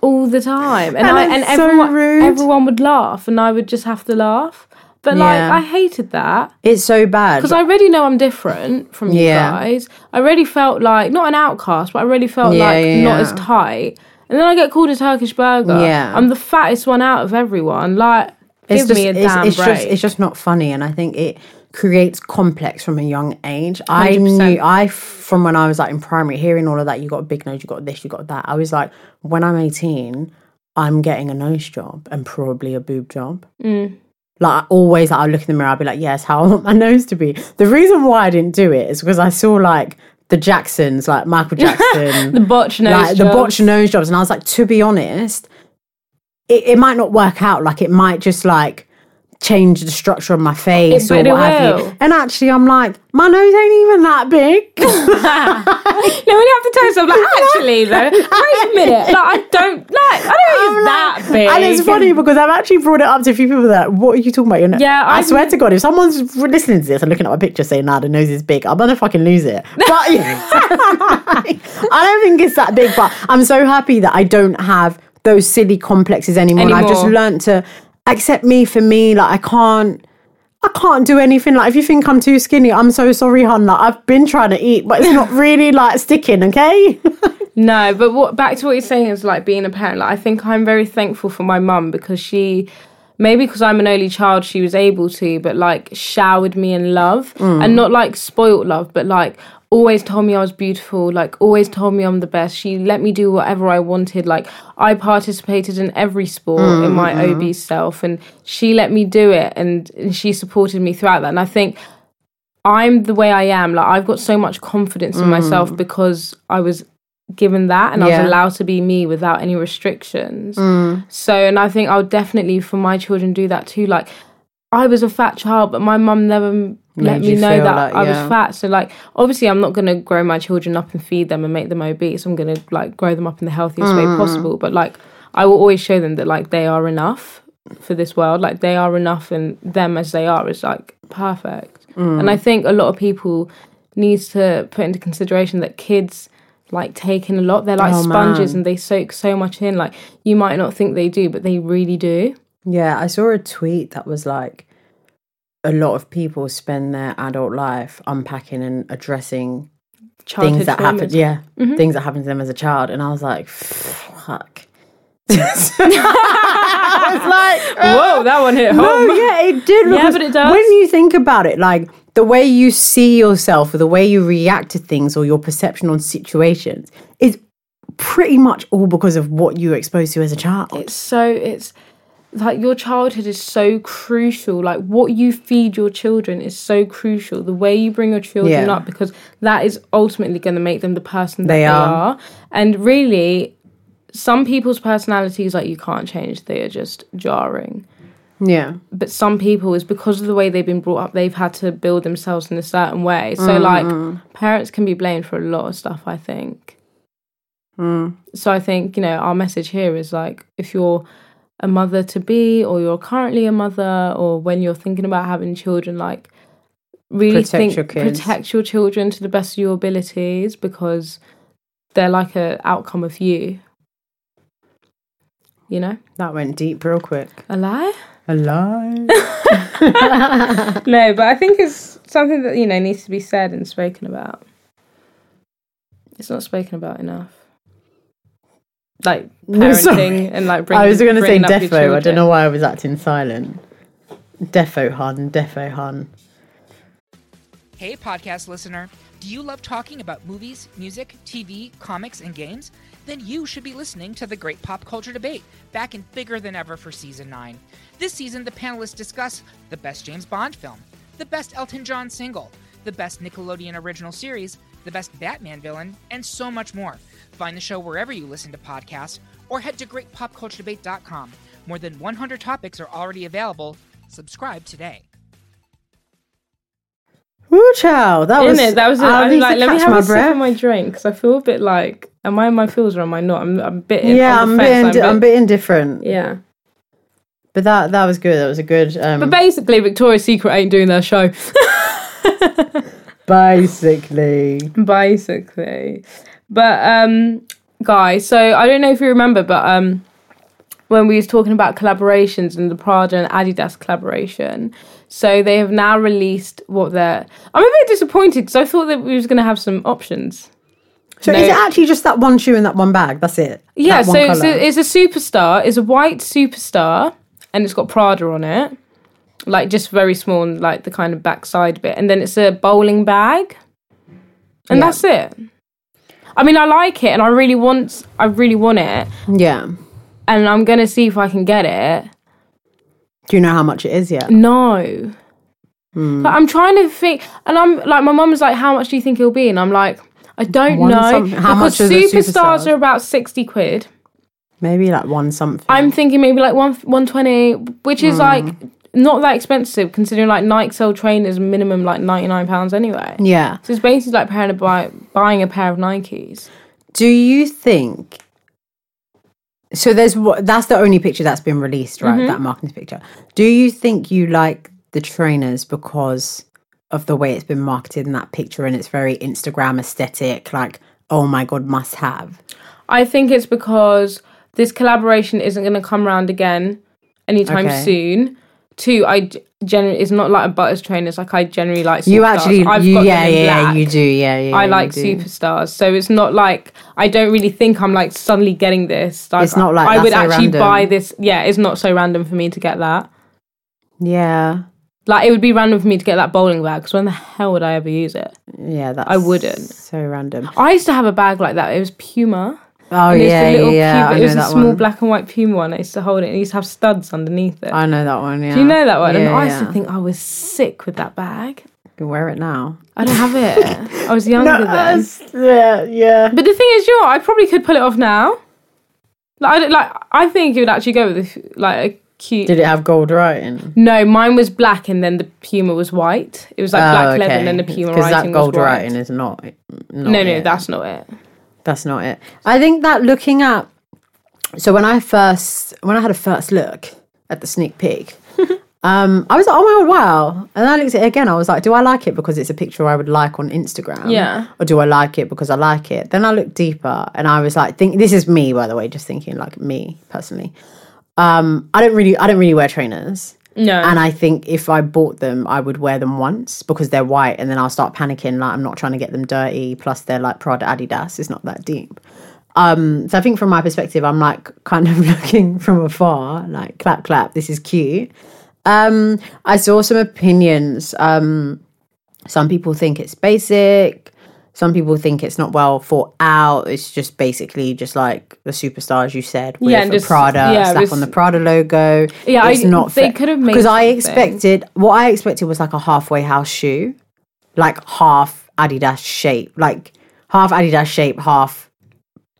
S2: all the time, and,
S3: And
S2: I, and
S3: that's so
S2: everyone
S3: rude.
S2: everyone would laugh, and I would just have to laugh. But like,
S3: Yeah.
S2: I hated that
S3: it's so bad
S2: because I already know I'm different from you
S3: Yeah.
S2: guys. I already felt like not an outcast, but I really felt
S3: Yeah,
S2: like
S3: yeah,
S2: not
S3: yeah.
S2: as tight. And then I get called a Turkish burger.
S3: Yeah.
S2: I'm the fattest one out of everyone. Like, give me a damn
S3: it's
S2: break.
S3: Just, it's just not funny, and I think it creates complex from a young age. I
S2: 100%.
S3: knew I from when I was like in primary, hearing all of that. You got a big nose, you got this, you got that. I was like, when I'm eighteen, I'm getting a nose job and probably a boob job.
S2: Mm.
S3: Like I always, like, I look in the mirror, I'll be like, "Yes, how I want my nose to be." The reason why I didn't do it is because I saw like the Jacksons, like Michael Jackson,
S2: the botch nose.
S3: like the
S2: job.
S3: botch nose jobs. And I was like, to be honest, it, it might not work out. Like it might just like change the structure of my face
S2: but
S3: or
S2: it
S3: what have
S2: will.
S3: you. And actually, I'm like, my nose ain't even that big.
S2: No, when you have to tell yourself, like, actually, though, wait a minute. Like, I don't, like, I don't
S3: I'm
S2: think it's that
S3: like-
S2: big.
S3: And it's funny because I've actually brought it up to a few people that, what are you talking about? Your nose?
S2: Yeah,
S3: I
S2: I've-
S3: swear to God, if someone's listening to this and looking at my picture saying, nah, the nose is big, I'm gonna fucking lose it. But I don't think it's that big, but I'm so happy that I don't have those silly complexes anymore. And I've just
S2: Anymore.
S3: learned to accept me for me. Like, I can't. I can't do anything. Like, if you think I'm too skinny, I'm so sorry, hon. Like, I've been trying to eat, but it's not really like sticking, okay?
S2: No, but what back to what you're saying is like being a parent. Like I think I'm very thankful for my mum because she, maybe because I'm an only child, she was able to, but like showered me in love and not like spoilt love, but like always told me I was beautiful, like always told me I'm the best. She let me do whatever I wanted. Like I participated in every sport in my obese self, and she let me do it, and, and she supported me throughout that. And I think I'm the way I am. Like I've got so much confidence in myself because I was given that and I
S3: Yeah.
S2: was allowed to be me without any restrictions. So and I think I'll definitely for my children do that too. Like I was a fat child, but my mum never m- let
S3: Made
S2: me
S3: you
S2: know
S3: feel
S2: that
S3: that,
S2: I was
S3: yeah.
S2: fat. So like obviously I'm not gonna grow my children up and feed them and make them obese. I'm gonna like grow them up in the healthiest
S3: Mm.
S2: way possible. But like I will always show them that like they are enough for this world. Like they are enough and them as they are is like perfect.
S3: Mm.
S2: And I think a lot of people needs to put into consideration that kids like take in a lot. They're like
S3: Oh,
S2: sponges
S3: man.
S2: and they soak so much in. Like you might not think they do, but they really do.
S3: Yeah, I saw a tweet that was like a lot of people spend their adult life unpacking and addressing
S2: Childhood
S3: things that
S2: traumas.
S3: happened. Yeah,
S2: Mm-hmm.
S3: things that happened to them as a child, and I was like, fuck. I was like,
S2: Whoa, that one hit home.
S3: no, yeah, it did.
S2: Yeah,
S3: because
S2: Oh but it does.
S3: When you think about it, like the way you see yourself or the way you react to things or your perception on situations is pretty much all because of what you were exposed to as a child.
S2: It's so it's like your childhood is so crucial. Like what you feed your children is so crucial. The way you bring your children
S3: Yeah.
S2: up because that is ultimately going to make them the person that
S3: They
S2: they,
S3: are.
S2: are. And really, some people's personalities like you can't change. They are just jarring.
S3: yeah.
S2: But some people is because of the way they've been brought up, they've had to build themselves in a certain way. So
S3: Mm,
S2: like parents can be blamed for a lot of stuff. I think.
S3: Mm.
S2: So I think, you know, our message here is like if you're a mother to be or you're currently a mother or when you're thinking about having children, like really
S3: Protect
S2: think
S3: your kids.
S2: protect your children to the best of your abilities because they're like a outcome of you. You know?
S3: That went deep real quick.
S2: A lie?
S3: Hello.
S2: No, but I think it's something that, you know, needs to be said and spoken about. It's not spoken about enough. Like
S3: No,
S2: parenting
S3: sorry.
S2: and like bringing
S3: I was going to say
S2: bringing up your
S3: defo. I don't
S2: children.
S3: know why I was acting silent. Defo hun, defo hun.
S4: Hey, podcast listener. Do you love talking about movies, music, TV, comics, and games? Then you should be listening to The Great Pop Culture Debate, back and bigger than ever for season 9. This season, the panelists discuss the best James Bond film, the best Elton John single, the best Nickelodeon original series, the best Batman villain, and so much more. Find the show wherever you listen to podcasts or head to greatpopculturedebate.com. More than 100 topics are already available. Subscribe today.
S3: Woo child, that was
S2: In it, that was. it.
S3: I
S2: I was
S3: need to
S2: like, let me
S3: catch
S2: have
S3: my
S2: a sip
S3: breath.
S2: of my drink because I feel a bit like, am I in my feels or am I not? I'm, I'm a bit. in-
S3: yeah,
S2: on
S3: I'm
S2: the
S3: bit,
S2: fence,
S3: indi- I'm a bit indifferent,
S2: Yeah,
S3: but that that was good. That was a good. Um,
S2: but basically, Victoria's Secret ain't doing their show.
S3: basically,
S2: basically, but um, guys, so I don't know if you remember, but um, when we was talking about collaborations and the Prada and Adidas collaboration. So they have now released what they're. I'm a bit disappointed because I thought that we was going to have some options.
S3: so
S2: No.
S3: is it actually just that one shoe in that one bag? That's it.
S2: Yeah,
S3: That one
S2: so it's
S3: colour?
S2: a, it's a superstar. It's a white superstar, and it's got Prada on it, like just very small, and like the kind of backside bit, and then it's a bowling bag, and
S3: Yeah.
S2: that's it. I mean, I like it, and I really want, I really want it,
S3: yeah.
S2: and I'm gonna see if I can get it.
S3: Do you know how much it is yet?
S2: No.
S3: Hmm.
S2: But I'm trying to think, and I'm like, my mum was like, "How much do you think it'll be?" And I'm like, "I don't
S3: One
S2: know."
S3: something. How
S2: because
S3: much is a
S2: superstars
S3: superstar?
S2: are about sixty quid.
S3: Maybe like one something.
S2: I'm thinking maybe like one one twenty, which
S3: Hmm.
S2: is like not that expensive considering like Nike sell trainers minimum like ninety nine pounds anyway.
S3: yeah.
S2: So it's basically like pairing a buy, buying a pair of Nikes.
S3: Do you think? So there's what that's the only picture that's been released,
S2: Mm-hmm.
S3: right? That marketing picture. Do you think you like the trainers because of the way it's been marketed in that picture and it's very Instagram aesthetic, like oh my god, must have.
S2: I think it's because this collaboration isn't going to come round again anytime
S3: Okay.
S2: soon. Two, I g- generally it's not like a butters trainers. Like I generally like
S3: You
S2: superstars.
S3: actually,
S2: I've
S3: you,
S2: got
S3: yeah,
S2: them in
S3: yeah,
S2: black.
S3: you do, yeah, yeah.
S2: I
S3: you
S2: like
S3: do.
S2: superstars, so it's not like I don't really think I'm like suddenly getting this. Like,
S3: It's not like
S2: I
S3: that's
S2: would
S3: so
S2: actually
S3: random.
S2: buy this. Yeah, it's not so random for me to get that.
S3: Yeah,
S2: Like it would be random for me to get that bowling bag because when the hell would I ever use it?
S3: yeah. That's
S2: I wouldn't.
S3: So random.
S2: I used to have a bag like that. It was Puma.
S3: Oh
S2: it was
S3: yeah,
S2: the
S3: yeah,
S2: little
S3: yeah.
S2: Puma.
S3: I
S2: it
S3: know
S2: was a
S3: that
S2: small
S3: one.
S2: black and white Puma one. I used to hold it. and It used to have studs underneath it.
S3: I know that one. Yeah.
S2: Do you know that one?
S3: Yeah,
S2: and I used
S3: yeah.
S2: to think I was sick with that bag.
S3: You can wear it now.
S2: I don't have it. I was younger then.
S3: yeah, yeah.
S2: But the thing is, you know, what? I probably could pull it off now. Like, I, don't- like, I think it would actually go with a, f- like a cute.
S3: Did it have gold writing?
S2: no, mine was black, and then the puma was white. It was like
S3: Oh,
S2: black leather, and then the
S3: okay.
S2: puma
S3: 'Cause
S2: writing
S3: that gold
S2: was white.
S3: writing is not. not
S2: no, no,
S3: it.
S2: that's not it.
S3: that's not it. I think that looking at. So when I first, when I had a first look at the sneak peek, um, I was like, oh my god, wow! And I looked at it again. I was like, do I like it because it's a picture I would like on Instagram?
S2: Yeah.
S3: Or do I like it because I like it? Then I looked deeper, and I was like, think this is me, by the way, just thinking like me personally. Um, I don't really, I don't really wear trainers.
S2: No,
S3: And I think if I bought them, I would wear them once because they're white, and then I'll start panicking. Like I'm not trying to get them dirty. Plus, they're like Prada, Adidas. It's not that deep. Um, so I think from my perspective, I'm like kind of looking from afar, like clap clap. This is cute. Um, I saw some opinions. Um, Some people think it's basic. Some people think it's not well thought out. It's just basically just like the superstars you said. With
S2: Yeah, and
S3: a
S2: just-
S3: Prada,
S2: yeah, it
S3: slap
S2: was-
S3: on the Prada logo.
S2: Yeah, I-
S3: it's not.
S2: they could have made
S3: because I
S2: something.
S3: expected what I expected was like a halfway house shoe, like half Adidas shape, like half Adidas shape, half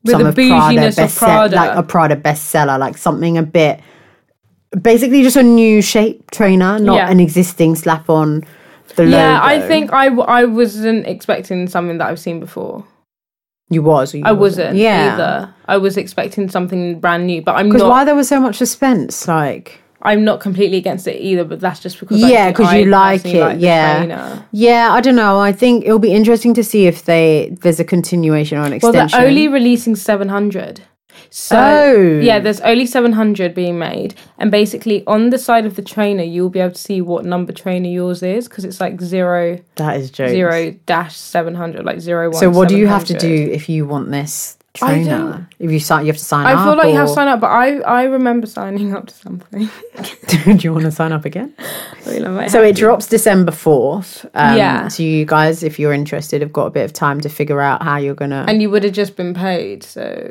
S2: With
S3: some
S2: the
S3: of Prada,
S2: bouginess of
S3: best
S2: Prada.
S3: like a Prada bestseller, like something a bit, basically just a new shape trainer, not
S2: Yeah.
S3: an existing slap on. The
S2: yeah, I
S3: logo.
S2: think I, w- I wasn't expecting something that I've seen before.
S3: you was. Or you
S2: I wasn't
S3: Mm. Yeah,
S2: either. I was expecting something brand new, but I'm
S3: Because
S2: not.
S3: why there was so much suspense? Like,
S2: I'm not completely against it either. But that's just because
S3: Yeah,
S2: I-
S3: 'cause
S2: I
S3: you like
S2: personally
S3: it,
S2: the
S3: yeah.
S2: trainer.
S3: yeah, I don't know. I think it'll be interesting to see if they there's a continuation or an
S2: Well,
S3: extension.
S2: they're only releasing 700. So
S3: Oh.
S2: yeah, there's only 700 being made, and basically on the side of the trainer, you'll be able to see what number trainer yours is because it's like zero
S3: that is jokes.
S2: zero dash 700, like zero one.
S3: So, what do you have to do
S2: 700.
S3: if you want this
S2: I don't-
S3: trainer? If you sign, you have to sign up.
S2: I feel like you have to
S3: or-
S2: sign up, but I I remember signing up to something.
S3: do you want to sign up again?
S2: Wait, am I-
S3: So it drops December 4th. Um,
S2: Yeah.
S3: So you guys, if you're interested, have got a bit of time to figure out how you're going to.
S2: and you would have just been paid, so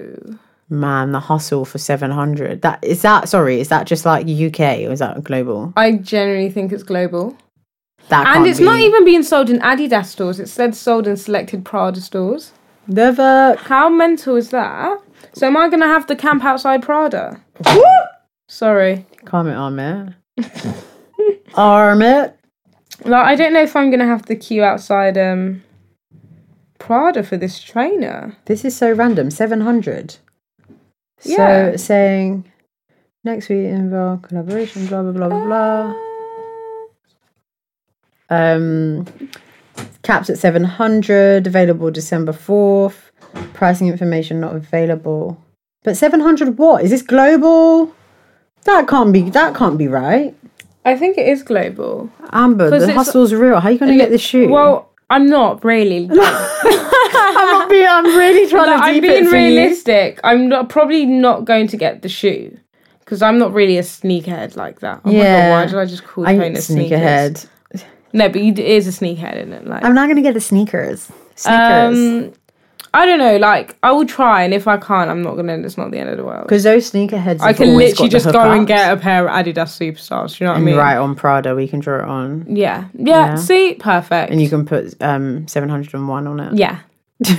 S3: Man, the hustle for 700. That is that, sorry, is that just like UK or is that global?
S2: I generally think it's global.
S3: That
S2: And
S3: can't
S2: it's
S3: be.
S2: not even being sold in Adidas stores. It said sold in selected Prada stores.
S3: Never.
S2: How mental is that? So am I going to have to camp outside Prada? Sorry.
S3: Comment on it. Arm it.
S2: Like I don't know if I'm going to have to queue outside um Prada for this trainer.
S3: This is so random. 700.
S2: Yeah.
S3: So saying next week involve collaboration, blah, blah, blah, blah, blah. Um, caps at 700, available December 4th. Pricing information not available. But 700 what? Is this global? That can't be that can't be right.
S2: I think it is global.
S3: Amber,
S2: 'Cause
S3: the
S2: it's-
S3: hustle's real. How are you going to get this shoe?
S2: Well, I'm not really.
S3: I'm not being, I'm really trying
S2: Like,
S3: to
S2: I'm
S3: deep
S2: being
S3: it for you.
S2: realistic. I'm not probably not going to get the shoe because I'm not really a sneakerhead like that. Oh my god,
S3: Yeah.
S2: why did I just call
S3: I
S2: trainers sneakers?
S3: sneakerhead.
S2: No, but you, it is a sneakerhead, isn't it? Like,
S3: I'm not going to get the sneakers. Sneakers.
S2: um, I don't know. Like, I will try, and if I can't, I'm not gonna. It's not the end of the world.
S3: Because those sneakerheads,
S2: I can literally just go and get a pair of Adidas Superstars. You know what I mean?
S3: right on Prada. We can draw it on,
S2: Yeah. Yeah. See, perfect.
S3: and you can put um seven hundred and one on it.
S2: yeah,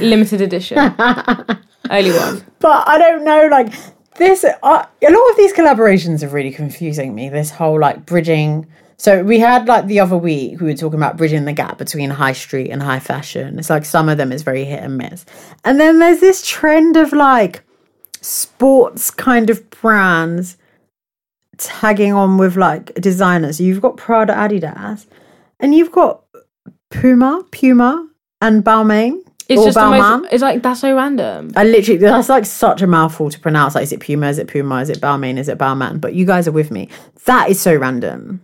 S2: limited edition, early one.
S3: But I don't know, like this. Uh, a lot of these collaborations are really confusing me. This whole like bridging. So we had like the other week we were talking about bridging the gap between high street and high fashion. It's like some of them is very hit and miss, and then there's this trend of like sports kind of brands tagging on with like designers. You've got Prada, Adidas, and you've got Puma, Puma, and Balmain.
S2: It's
S3: or
S2: just the
S3: Balmain.
S2: most, It's like that's so random.
S3: I literally, that's like such a mouthful to pronounce. Like, is it Puma? Is it Puma? Is it Balmain? Is it Balmain? But you guys are with me. That is so random.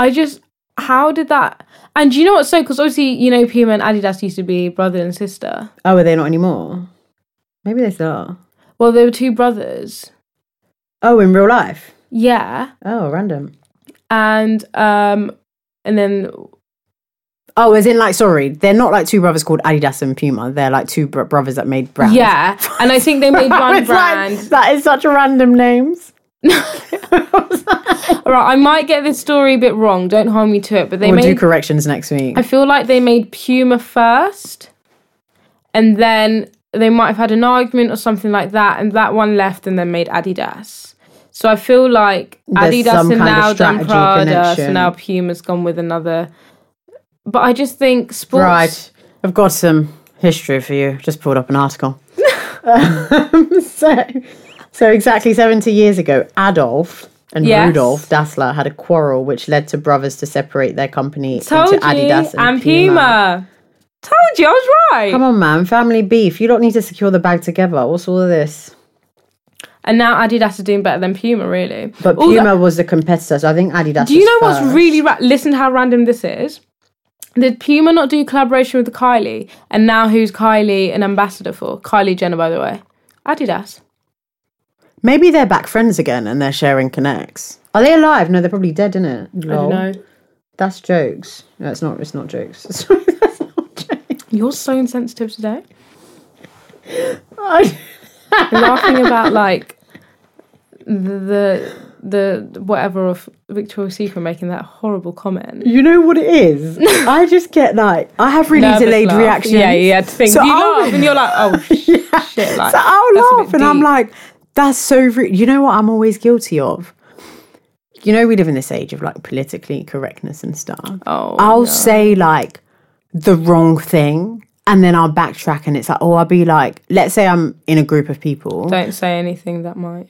S2: I just how did that? And do you know what's so? Because obviously, you know, Puma and Adidas used to be brother and sister.
S3: Oh, are they not anymore? Maybe they still are.
S2: Well, they were two brothers.
S3: Oh, in real life.
S2: Yeah,
S3: Oh, random.
S2: and um, and then
S3: Oh, as in like, sorry, they're not like two brothers called Adidas and Puma. They're like two br- brothers that made brands.
S2: yeah, and I think they made one
S3: It's like,
S2: brand.
S3: that is such random names.
S2: All right, I might get this story a bit wrong. Don't hold me to it. But they
S3: we'll Oh, do
S2: made.
S3: corrections next week.
S2: I feel like they made Puma first, and then they might have had an argument or something like that, and that one left, and then made Adidas. So I feel like
S3: There's
S2: Adidas and
S3: some kind of
S2: now done
S3: strategy
S2: Prada, so
S3: connection.
S2: now Puma's gone with another. But I just think sports.
S3: Right. I've got some history for you. Just pulled up an article. um, so, so exactly 70 years ago, Adolf and
S2: Yes.
S3: Rudolf Dassler had a quarrel which led to brothers to separate their company
S2: Told you,
S3: into Adidas and,
S2: Puma. Told you, I was right.
S3: Come on, man. Family beef. You don't need to secure the bag together. What's all of this?
S2: And now Adidas are doing better than Puma, really.
S3: But
S2: All the-
S3: Puma was the competitor, so I think Adidas.
S2: Do you
S3: was
S2: know what's
S3: first.
S2: really ra- listen to how random this is? Did Puma not do collaboration with Kylie? And now who's Kylie an ambassador for? Kylie Jenner, by the way. Adidas.
S3: Maybe they're back friends again and they're sharing connects. Are they alive? No, they're probably dead, innit?
S2: I don't know.
S3: That's jokes. No, it's not. It's not jokes. Sorry, that's not jokes.
S2: You're so insensitive today.
S3: I-
S2: You're laughing about like the, the the whatever of Victoria's Secret making that horrible comment.
S3: You know what it is? I just get like I have really
S2: Nervous
S3: delayed
S2: laugh.
S3: reactions.
S2: Yeah, yeah. Think
S3: So
S2: you
S3: I'll-
S2: laugh and you're like, oh sh- shit. Like,
S3: So I'll
S2: that's a
S3: laugh
S2: bit
S3: and I'm
S2: deep.
S3: like, that's so rude. You know what I'm always guilty of? You know, we live in this age of like politically correctness and stuff.
S2: Oh,
S3: I'll say like the wrong thing and then I'll backtrack and it's like, oh, I'll be like, let's say I'm in a group of people.
S2: don't say anything that might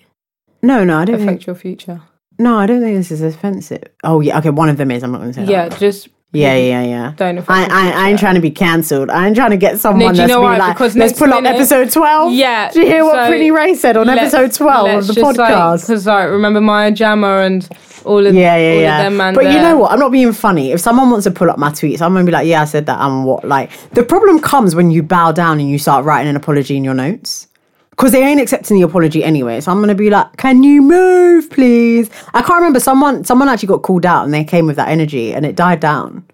S3: no, no, I don't think,
S2: affect your future.
S3: no, I don't think this is offensive. Oh yeah, okay, one of them is. I'm not going to say that.
S2: Yeah, just
S3: Yeah, yeah, yeah.
S2: Don't offend
S3: I,
S2: people,
S3: I, I ain't trying to be cancelled. I ain't trying to get someone
S2: No, do you
S3: that's
S2: know
S3: be
S2: why?
S3: like,
S2: Because
S3: let's
S2: next
S3: pull up
S2: minute-
S3: episode 12.
S2: Yeah,
S3: Oh, Do you hear what
S2: so
S3: Pretty Ray said on
S2: let's-
S3: episode 12 of
S2: let's
S3: the
S2: just, like-
S3: podcast?
S2: 'cause, like, remember Maya Jama and all of
S3: yeah, yeah,
S2: all
S3: yeah.
S2: of them and
S3: but you
S2: their-
S3: know what? I'm not being funny. If someone wants to pull up my tweets, I'm going to be like, yeah, I said that and what? Like, the problem comes when you bow down and you start writing an apology in your notes. Because they ain't accepting the apology anyway. So I'm going to be like, can you move, please? I can't remember. Someone someone actually got called out and they came with that energy and it died down.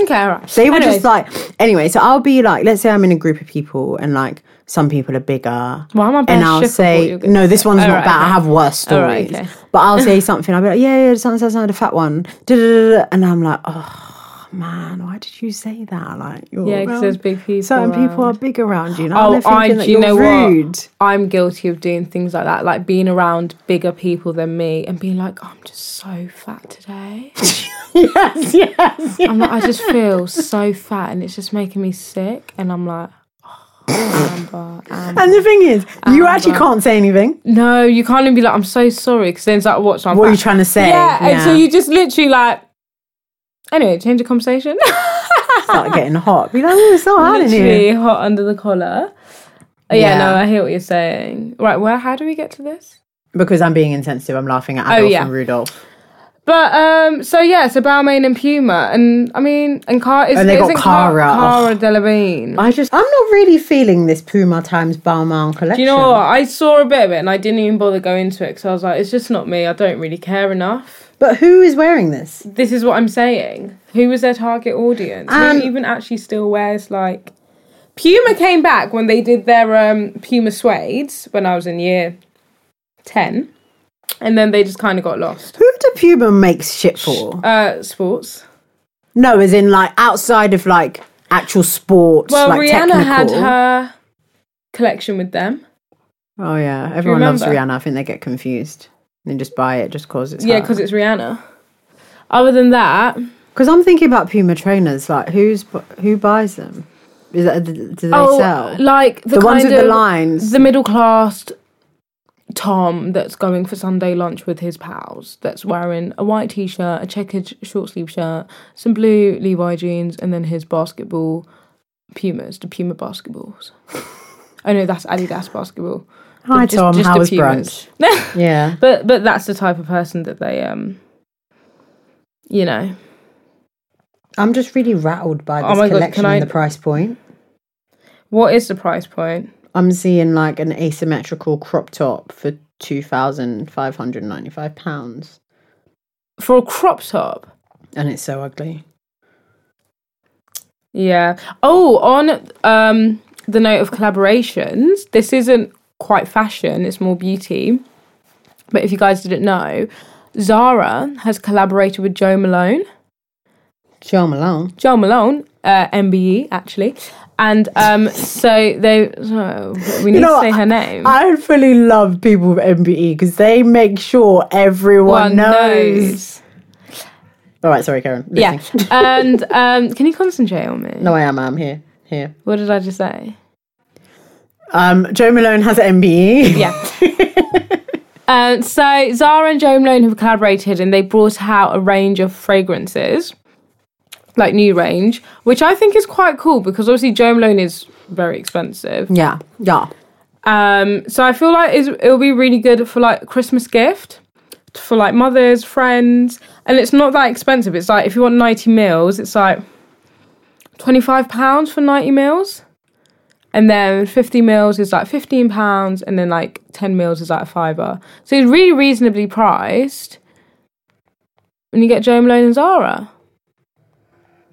S2: Okay, all right.
S3: They were
S2: Anyways,
S3: just like, anyway, so I'll be like, let's say I'm in a group of people and like some people are bigger.
S2: Why am I bad
S3: And I'll
S2: shift for what
S3: say,
S2: you're gonna
S3: no, this
S2: say?
S3: one's
S2: All
S3: not
S2: right,
S3: bad. I
S2: okay.
S3: have worse
S2: All
S3: stories.
S2: right, okay.
S3: But I'll say something. I'll be like, yeah, yeah, someone says not a fat one. Da-da-da-da. And I'm like, oh, man, why did you say that? Like, you're
S2: Yeah, 'cause
S3: around-
S2: there's big people
S3: Certain people are
S2: around.
S3: big around you. And
S2: Oh,
S3: I'm thinking
S2: I-
S3: that
S2: do you
S3: you're
S2: know what?
S3: rude.
S2: I'm guilty of doing things like that, like being around bigger people than me and being like, "Oh, I'm just so fat today.
S3: yes, yes, yes.
S2: I'm like, I just feel so fat and it's just making me sick. And I'm like, oh, Amber, Amber.
S3: And the thing is,
S2: Uh,
S3: you actually can't say anything.
S2: No, you can't even be like, I'm so sorry, because then it's like, what's I'm
S3: What are
S2: fat.
S3: you trying to say?
S2: Yeah, and so you just literally like, anyway, change the conversation.
S3: start getting hot. Be like, oh, it's so hot in here.
S2: literally hot under the collar. Oh, yeah,
S3: Yeah.
S2: no, I hear what you're saying. Right, where? How do we get to this?
S3: Because I'm being insensitive, I'm laughing at Adolf
S2: Oh, yeah.
S3: and Rudolph.
S2: But um, so yeah, so Balmain and Puma, and I mean, and Cara is
S3: And they got
S2: isn't Cara
S3: Cara, ugh.
S2: Cara Delevingne.
S3: I just, I'm not really feeling this Puma times Balmain collection.
S2: Do you know what? I saw a bit of it, and I didn't even bother going into it because I was like, it's just not me. I don't really care enough.
S3: But who is wearing this?
S2: This is what I'm saying. Who was their target audience?
S3: Um,
S2: Who even actually still wears like? Puma came back when they did their um, Puma suedes when I was in year ten, and then they just kind of got lost.
S3: Who do Puma make shit for?
S2: Uh, sports.
S3: No, as in like outside of like actual sports.
S2: Well,
S3: like
S2: Rihanna had
S3: technical.
S2: her collection with them.
S3: Oh yeah, everyone loves
S2: remember?
S3: Rihanna. I think they get confused. They just buy it just cause it's
S2: Yeah, because it's Rihanna. Other than that,
S3: because I'm thinking about Puma trainers. Like who's bu- who buys them? Is that do do they
S2: oh,
S3: sell?
S2: like the,
S3: the ones
S2: kind
S3: with the
S2: of-
S3: lines.
S2: the middle class Tom that's going for Sunday lunch with his pals. That's wearing a white t-shirt, a checkered short sleeve shirt, some blue Levi jeans, and then his basketball Pumas, the Puma basketballs. oh no, that's Adidas basketball.
S3: Hi
S2: But just-
S3: Tom,
S2: just
S3: how
S2: the
S3: was brunch?
S2: Pumas.
S3: Yeah.
S2: But but that's the type of person that they um you know.
S3: I'm just really rattled by this
S2: Oh my God,
S3: collection
S2: can I-
S3: and the price point.
S2: What is the price point?
S3: I'm seeing like an asymmetrical crop top for two thousand five hundred ninety five pounds,
S2: For a crop top?
S3: and it's so ugly.
S2: Yeah. Oh, on um the note of collaborations, this isn't quite fashion, it's more beauty. But if you guys didn't know, Zara has collaborated with Joe Malone.
S3: Joe Malone.
S2: Joe Malone, uh, MBE actually. And um so they so we need to
S3: know,
S2: say her name.
S3: I fully love people with MBE because they make sure
S2: One
S3: everyone knows.
S2: knows.
S3: All right, sorry, Karen.
S2: Yeah.
S3: Listening.
S2: and um can you concentrate on me?
S3: no, I am. I'm here. Here.
S2: What did I just say?
S3: Um, Joe Malone has E. MBE.
S2: Yeah. Um, so Zara and Jo Malone have collaborated, and they brought out a range of fragrances, like new range, which I think is quite cool because obviously Jo Malone is very expensive.
S3: yeah. Yeah.
S2: Um, so I feel like it's, it'll be really good for like Christmas gift for like mothers, friends, and it's not that expensive. It's like if you want ninety mils, it's like twenty five pounds for ninety mils, and then fifty mils is like fifteen pounds, and then like ten mils is like a fiver. So it's really reasonably priced when you get Jo Malone and Zara.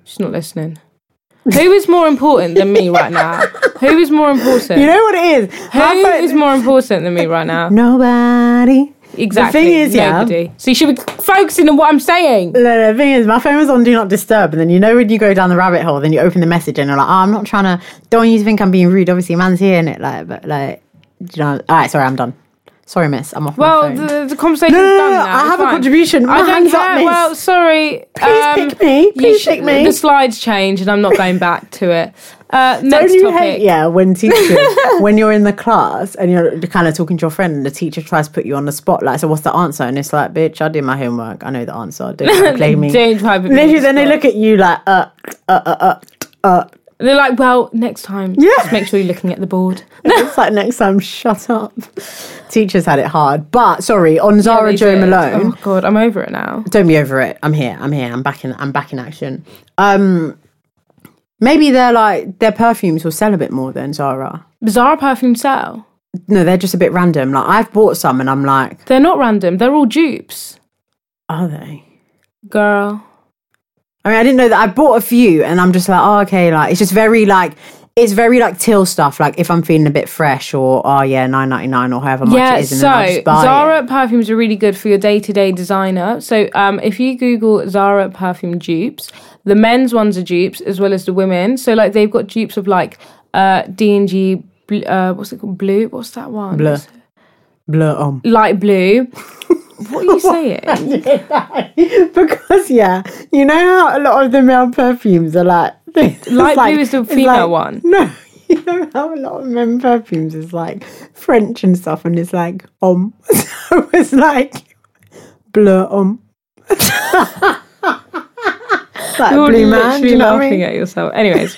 S2: She's not listening. Who is more important than me right now? Who is more important?
S3: You know what it is?
S2: Who
S3: My phone-
S2: is more important than me right now?
S3: Nobody.
S2: Exactly.
S3: The thing is, yeah.
S2: nobody. So you should be focusing on what I'm saying.
S3: No, the thing is, my phone was on Do Not Disturb, and then you know when you go down the rabbit hole, then you open the message and you're like, oh, I'm not trying to. Don't you think I'm being rude? Obviously, a man's here, and it like, but like, you know. All right, sorry, I'm done. Sorry, miss, I'm off
S2: Well,
S3: my phone.
S2: the, the conversation
S3: No, no,
S2: is
S3: no,
S2: done
S3: no,
S2: now.
S3: I
S2: It's
S3: have a
S2: fine.
S3: contribution.
S2: I
S3: My
S2: don't
S3: hands
S2: care.
S3: up, miss.
S2: Well, sorry. um,
S3: Please pick me.
S2: you
S3: Please pick me.
S2: The slides change, and I'm not going back to it. Uh,
S3: Don't
S2: next
S3: you
S2: topic.
S3: hate, yeah, when teachers, when you're in the class and you're kind of talking to your friend and the teacher tries to put you on the spotlight, so what's the answer? And it's like, bitch, I did my homework. I know the answer. Don't try and play me.
S2: Don't try to put me on
S3: Literally,
S2: the
S3: then they
S2: spot.
S3: look at you like, uh, uh, uh, uh.
S2: They're like, well, next time,
S3: Yeah.
S2: just make sure you're looking at the board.
S3: It's like next time, shut up. Teachers had it hard. But sorry, on Zara
S2: They
S3: Jo
S2: did.
S3: Malone.
S2: Oh God, I'm over it now.
S3: Don't be over it. I'm here. I'm here. I'm back in I'm back in action. Um maybe they're like their perfumes will sell a bit more than Zara.
S2: Bizarre perfume sell.
S3: No, they're just a bit random. Like I've bought some and I'm like,
S2: They're not random. They're all dupes,
S3: are they?
S2: girl.
S3: I mean, I didn't know that I bought a few and I'm just like, oh okay, like it's just very like it's very like till stuff, like if I'm feeling a bit fresh or oh yeah, nine ninety nine or however much
S2: yeah,
S3: it is and
S2: so
S3: then I'll just buy
S2: Zara
S3: it.
S2: perfumes are really good for your day-to-day designer. So um, if you Google Zara perfume dupes, the men's ones are dupes as well as the women. So like they've got dupes of like uh, D and G. Uh, what's it called? Blue. What's that one?
S3: Blur. Blur on.
S2: Light blue. what are you saying?
S3: because yeah, you know how a lot of the male perfumes are like light
S2: Light blue is the female one.
S3: No, you know how a lot of men perfumes is like French and stuff, and it's like om. So it's like bleu um. om. like
S2: You're
S3: blue man, do
S2: literally
S3: you know what I
S2: laughing
S3: mean?
S2: at yourself. Anyways,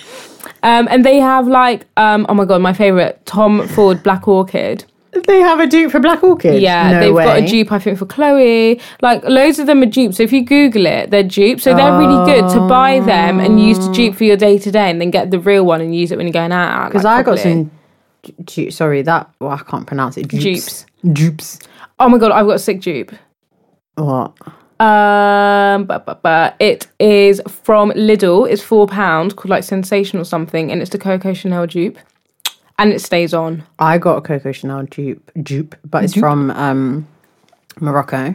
S2: um, and they have like, um, oh my god, my favorite Tom Ford Black Orchid.
S3: They have a dupe for Black Orchid.
S2: Yeah,
S3: no
S2: they've
S3: way.
S2: got a dupe, I think, for Chloe. Like, loads of them are dupes. So if you Google it, they're dupes. So they're really good to buy them and use to dupe for your day to day and then get the real one and use it when you're going out.
S3: Because
S2: like,
S3: I got
S2: properly.
S3: some. du- du- Sorry, that well, I can't pronounce it. Dupes.
S2: Dupes.
S3: Dupes.
S2: Oh my god, I've got a sick dupe.
S3: What?
S2: Um, but, but, but it is from Lidl. It's four pounds, called like Sensation or something, and it's the Coco Chanel dupe, and it stays on.
S3: I got a Coco Chanel dupe, dupe, but it's from um, Morocco.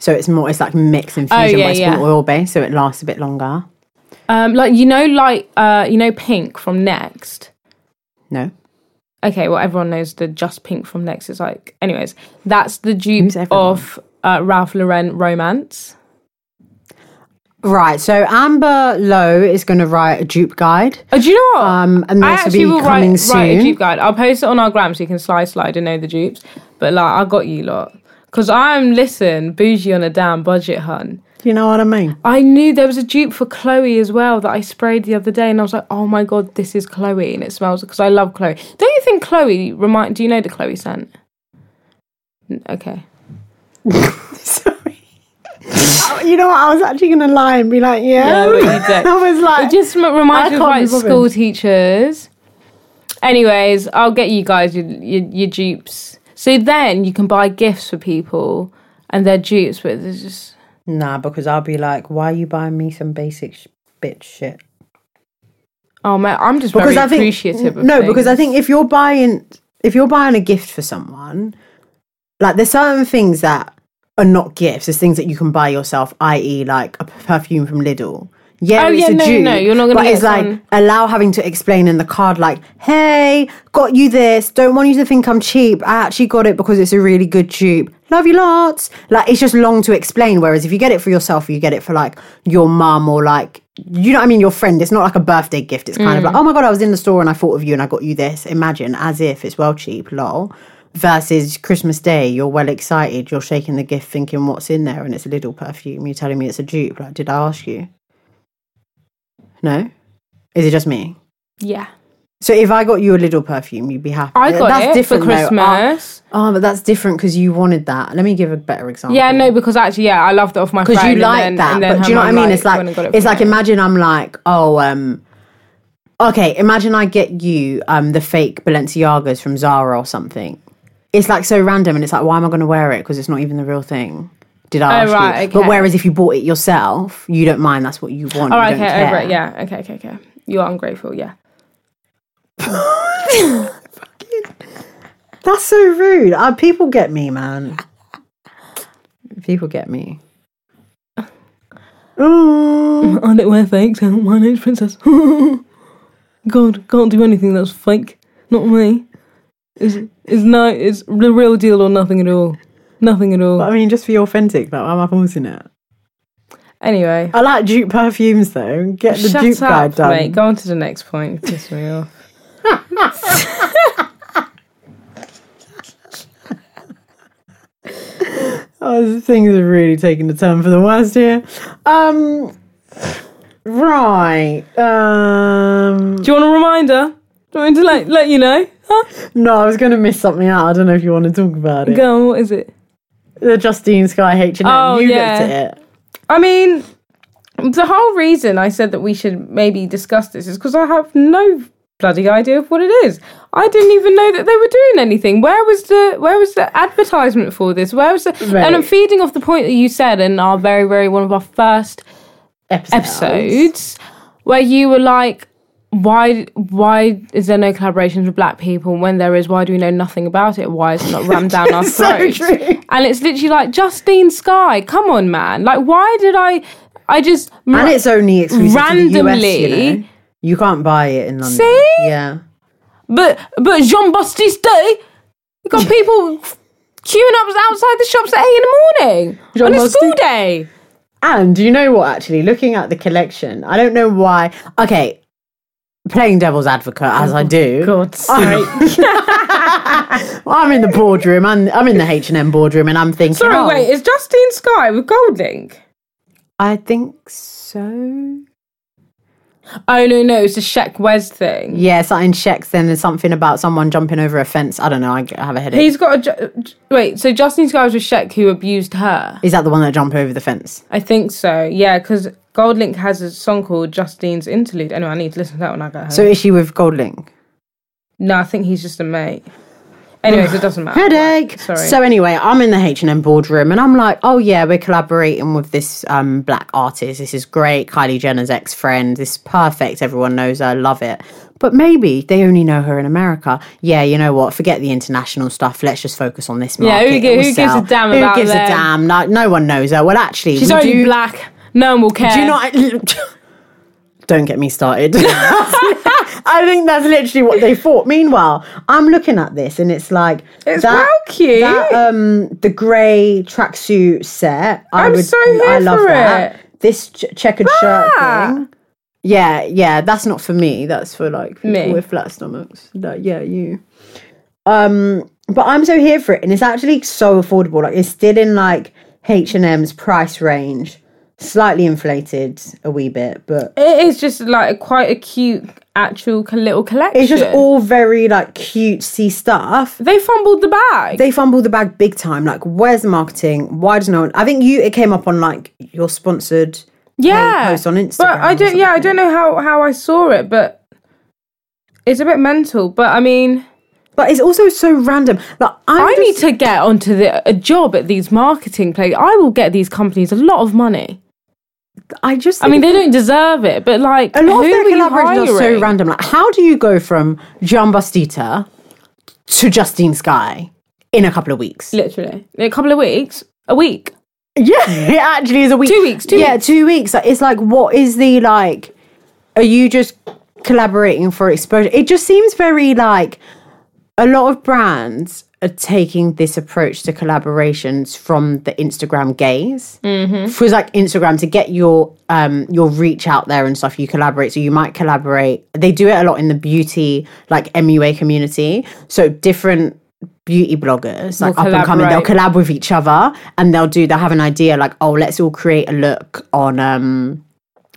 S3: So it's more, it's like mixed infusion,
S2: yeah,
S3: but it's
S2: yeah.
S3: more oil based, so it lasts a bit longer.
S2: Um, like you know, like uh, you know, Pink from Next.
S3: No,
S2: Okay, well, everyone knows the Just Pink from Next is like. Anyways, that's the dupe
S3: Who's everyone?
S2: of uh, Ralph Lauren romance.
S3: right. So Amber Lowe is going to write a dupe guide.
S2: Oh, do you know what?
S3: Um, and
S2: I
S3: this will
S2: actually
S3: be
S2: will
S3: coming
S2: write, write a
S3: soon.
S2: dupe guide. I'll post it on our gram so you can slide slide and know the dupes. But like, I got you lot because I'm listen bougie on a damn budget, hun.
S3: Do you know what I mean?
S2: I knew there was a dupe for Chloe as well that I sprayed the other day, and I was like, "Oh my god, this is Chloe," and it smells because I love Chloe. Don't you think Chloe remind? Do you know the Chloe scent? N- Okay,
S3: Sorry. you know what? I was actually going to lie and be like, yeah.
S2: No, but you don't.
S3: I was like,
S2: it just m-
S3: I
S2: reminds me of
S3: can't
S2: like
S3: be bothered.
S2: school teachers. Anyways, I'll get you guys your, your your dupes. So then you can buy gifts for people, and they're dupes, but there's just
S3: nah, because I'll be like, why are you buying me some basic sh- bitch shit?
S2: oh man, I'm just
S3: because
S2: very
S3: I think
S2: appreciative. Of
S3: no, because I
S2: things.
S3: think if you're buying if you're buying a gift for someone, like there's certain things that are not gifts. There's things that you can buy yourself, i.e., like a p- perfume from Lidl. Yeah,
S2: Oh,
S3: it's
S2: yeah,
S3: a
S2: no,
S3: dupe,
S2: no, you're not gonna
S3: But
S2: get
S3: it's like
S2: someone-
S3: allow having to explain in the card, like, "Hey, got you this. Don't want you to think I'm cheap. I actually got it because it's a really good dupe. Love you lots." Like it's just long to explain. Whereas if you get it for yourself, you get it for like your mum or like you know what I mean, your friend. It's not like a birthday gift. It's kind of like, "Oh my god, I was in the store and I thought of you and I got you this." Imagine as if it's well cheap, lol. Versus Christmas Day, you're well excited, you're shaking the gift, thinking what's in there, and it's a little perfume. You're telling me it's a dupe. Like, did I ask you? No. Is it just me?
S2: yeah,
S3: So if I got you a little perfume, you'd be happy.
S2: I got
S3: that's
S2: it
S3: different
S2: for
S3: though.
S2: Christmas.
S3: Oh, oh, but that's different because you wanted that. Let me give a better example.
S2: Yeah, no, because actually, yeah, I loved it off my
S3: because
S2: phone
S3: you
S2: and
S3: like
S2: then-
S3: that.
S2: and then
S3: But do
S2: her
S3: you know what I
S2: mum
S3: mean? It's
S2: went and
S3: like
S2: got it
S3: it's
S2: from
S3: like
S2: me.
S3: imagine I'm like oh um. Okay, imagine I get you um, the fake Balenciagas from Zara or something. It's like so random, and it's like, why am I going to wear it? Because it's not even the real thing. Did I
S2: Oh,
S3: ask
S2: right,
S3: you?
S2: okay.
S3: But whereas if you bought it yourself, you don't mind. That's what you want.
S2: All right,
S3: you don't
S2: okay,
S3: care.
S2: over it. Yeah, okay, okay, okay. You are ungrateful. Yeah.
S3: That's so rude. Uh, people get me, man. People get me. Mm.
S2: I don't wear fakes. I don't wear age princess. God, can't do anything that's fake. Not me. Is is no? Is the real deal or nothing at all? Nothing at all.
S3: But I mean, just be authentic. Like, why am I forcing it?
S2: Anyway,
S3: I like dupe perfumes though. Get the
S2: shut
S3: dupe guy
S2: up,
S3: done.
S2: mate. Go on to the next point. Piss me off.
S3: Oh, this- things are really taking the turn for the worst here. Um, right. Um,
S2: Do you want a reminder? Do you want me to let, let you know? Huh?
S3: no, I was going to miss something out. I don't know if you want to talk about it.
S2: Go on, what is it?
S3: The Justine Sky H and
S2: Oh,
S3: M. You
S2: yeah.
S3: looked at it.
S2: I mean, the whole reason I said that we should maybe discuss this is because I have no bloody idea of what it is. I didn't even know that they were doing anything. Where was the where was the advertisement for this? Where was the
S3: Right.
S2: And I'm feeding off the point that you said in our very very one of our first
S3: Episode.
S2: episodes where you were like why why is there no collaborations with black people And when there is why do we know nothing about it why is it not rammed down our
S3: So
S2: throats
S3: true.
S2: and it's literally like Justine Sky come on man like why did I I just
S3: And it's only exclusive to the US, you
S2: Randomly-
S3: know. You can't buy it in London.
S2: See?
S3: Yeah.
S2: but but Jean Baptiste Day you got people queuing up outside the shops at 8 in the morning on a school
S3: Jean-Baptiste-
S2: day
S3: And do you know what, actually, looking at the collection, I don't know why. Okay, playing devil's advocate as
S2: Oh,
S3: I do.
S2: God's
S3: I'm, I'm in the boardroom. I'm, I'm in the H&M boardroom and I'm thinking.
S2: sorry
S3: oh,
S2: wait is Justine Sky with Gold Link
S3: I think so.
S2: oh no no it's a Sheck Wes thing
S3: Yeah, something checks then there's something about someone jumping over a fence. I don't know. I g- I have a headache.
S2: He's got a ju- j- wait. So Justin Sky was with Sheck, who abused her.
S3: Is that the one that jumped over the fence?
S2: I think so. Yeah, because Goldlink has a song called Justine's Interlude. Anyway, I need to listen to that when I get home.
S3: So is she with Goldlink?
S2: no, I think he's just a mate. Anyways, it doesn't matter.
S3: headache.
S2: Sorry.
S3: So anyway, I'm in the H and M boardroom, and I'm like, oh yeah, we're collaborating with this um, black artist. This is great. Kylie Jenner's ex friend. This is perfect. Everyone knows her. Love it. But maybe they only know her in America. Yeah, you know what? Forget the international stuff. Let's just focus on this
S2: Yeah,
S3: market.
S2: who
S3: It
S2: gi-
S3: will
S2: who gives a
S3: sell.
S2: damn
S3: Who
S2: about
S3: gives
S2: them?
S3: a damn? No, no one knows her. Well, actually,
S2: She's
S3: we
S2: only
S3: do,
S2: black. No one will care.
S3: Do you not? Don't get me started. I think that's literally what they thought. Meanwhile, I'm looking at this and it's like
S2: It's well cute.
S3: that, um, the grey tracksuit set. I
S2: I'm
S3: would,
S2: so here
S3: I love
S2: for
S3: that.
S2: it.
S3: This ch- checkered
S2: Ah.
S3: shirt thing. Yeah, yeah, that's not for me. That's for like people
S2: Me.
S3: with flat stomachs. Like, yeah, you. Um, but I'm so here for it, and it's actually so affordable. Like, it's still in like H and M's price range, slightly inflated a wee bit, but
S2: it is just like quite a cute actual co- little collection.
S3: it's just all very like cutesy stuff.
S2: they fumbled the bag.
S3: They fumbled the bag big time. Like, where's the marketing? Why does no one? I think you it came up on like your sponsored.
S2: yeah,
S3: post on
S2: But
S3: Instagram
S2: I
S3: or
S2: don't. Yeah, I
S3: something.
S2: don't know how how I saw it, but it's a bit mental. But I mean.
S3: But it's also so random. Like, I'm
S2: I
S3: just-
S2: need to get onto the, a job at these marketing places. I will get these companies a lot of money.
S3: I just.
S2: I mean,
S3: think-
S2: they don't deserve it, but like,
S3: a lot
S2: who
S3: of
S2: are you
S3: their collaborations are so
S2: hiring?
S3: random. Like, how do you go from Gian Bastita to Justine Sky in a couple of weeks?
S2: Literally, in a couple of weeks, a week.
S3: Yeah, it actually is a week.
S2: Two weeks, two
S3: yeah,
S2: weeks.
S3: two weeks. Like, It's like, what is the like? Are you just collaborating for exposure? It just seems very like a lot of brands are taking this approach to collaborations from the Instagram gaze. Mm-hmm. For like Instagram to get your um your reach out there and stuff, you collaborate. So you might collaborate. They do it a lot in the beauty like MUA community. So different beauty bloggers like
S2: Will
S3: up and coming they'll
S2: collaborate.
S3: collab with each other and they'll do they'll have an idea like oh let's all create a look on um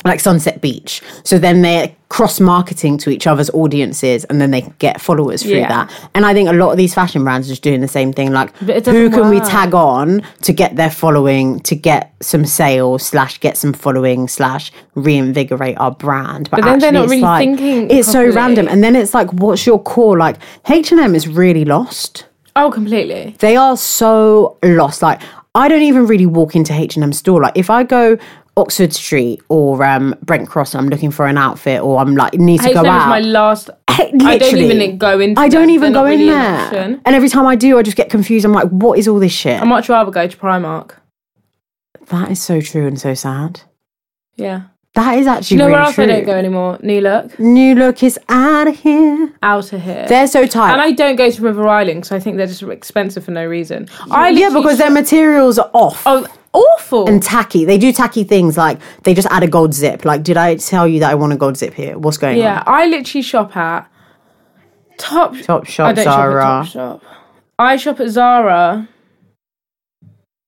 S3: like sunset beach so then they're cross marketing to each other's audiences and then they can get followers through
S2: Yeah.
S3: that and i think a lot of these fashion brands are just doing the same thing like
S2: But it
S3: who
S2: doesn't
S3: can we
S2: work.
S3: tag on to get their following to get some sales slash get some following slash reinvigorate our brand but,
S2: then they're
S3: actually
S2: not
S3: it's
S2: really
S3: like-
S2: thinking
S3: it's
S2: properly.
S3: so random and then it's like what's your core like h&m is really lost
S2: Oh, completely.
S3: they are so lost. Like I don't even really walk into H&M store. Like if I go Oxford Street or um, Brent Cross and I'm looking for an outfit or I'm like need to
S2: H&M
S3: go
S2: is
S3: out.
S2: my last. I don't
S3: Literally.
S2: even go into.
S3: I don't
S2: them.
S3: even
S2: They're
S3: go
S2: not
S3: in
S2: really an
S3: there.
S2: option.
S3: And every time I do, I just get confused. I'm like, what is all this shit?
S2: I'd much rather go to Primark.
S3: that is so true and so sad.
S2: Yeah.
S3: That is
S2: Do
S3: actually
S2: you know
S3: really
S2: where else
S3: true.
S2: I don't go anymore? New Look,
S3: New look is out of here.
S2: out of here.
S3: They're so tight.
S2: and I don't go to River Island because I think they're just expensive for no reason. I
S3: yeah,
S2: literally
S3: because their materials are off
S2: Oh, awful.
S3: and tacky. They do tacky things like they just add a gold zip. Like, did I tell you that I want a gold zip here? What's going
S2: yeah,
S3: on?
S2: I literally shop at Top.
S3: Top
S2: I
S3: shop,
S2: don't shop
S3: Zara,
S2: at Top Shop. I shop at Zara.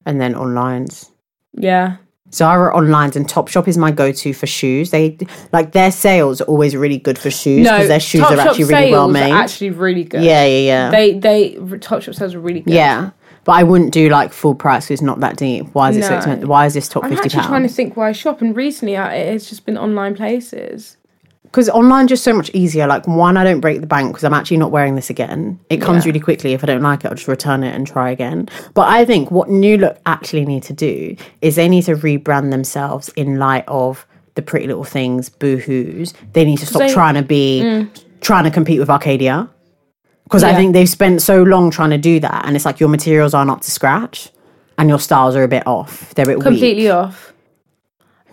S3: and then online's.
S2: Yeah,
S3: Zara online's and Topshop is my go-to for shoes. They like their sales are always really good for shoes because their shoes are
S2: Topshop
S3: actually really well
S2: sales are
S3: made.
S2: Actually, really good.
S3: yeah, yeah, yeah.
S2: they they Topshop sales are really good.
S3: Yeah, but I wouldn't do like full price because it's not that deep. Why is it so
S2: No.
S3: expensive? Why is this top
S2: I'm
S3: fifty
S2: actually trying to
S3: pounds?
S2: think why I shop, and recently I, it's just been online places.
S3: Because online just so much easier. Like one, I don't break the bank because I'm actually not wearing this again. It comes really quickly. If I don't like it, I'll just return it and try again. But I think what New Look actually need to do is they need to rebrand themselves in light of the Pretty Little Things, Boohoo's. They need to stop
S2: They- Mm.
S3: trying to be trying to compete with Arcadia. Because I
S2: Yeah.
S3: think they've spent so long trying to do that, and it's like your materials aren't up to scratch, and your styles are a bit off. They're a bit weak.
S2: Completely off.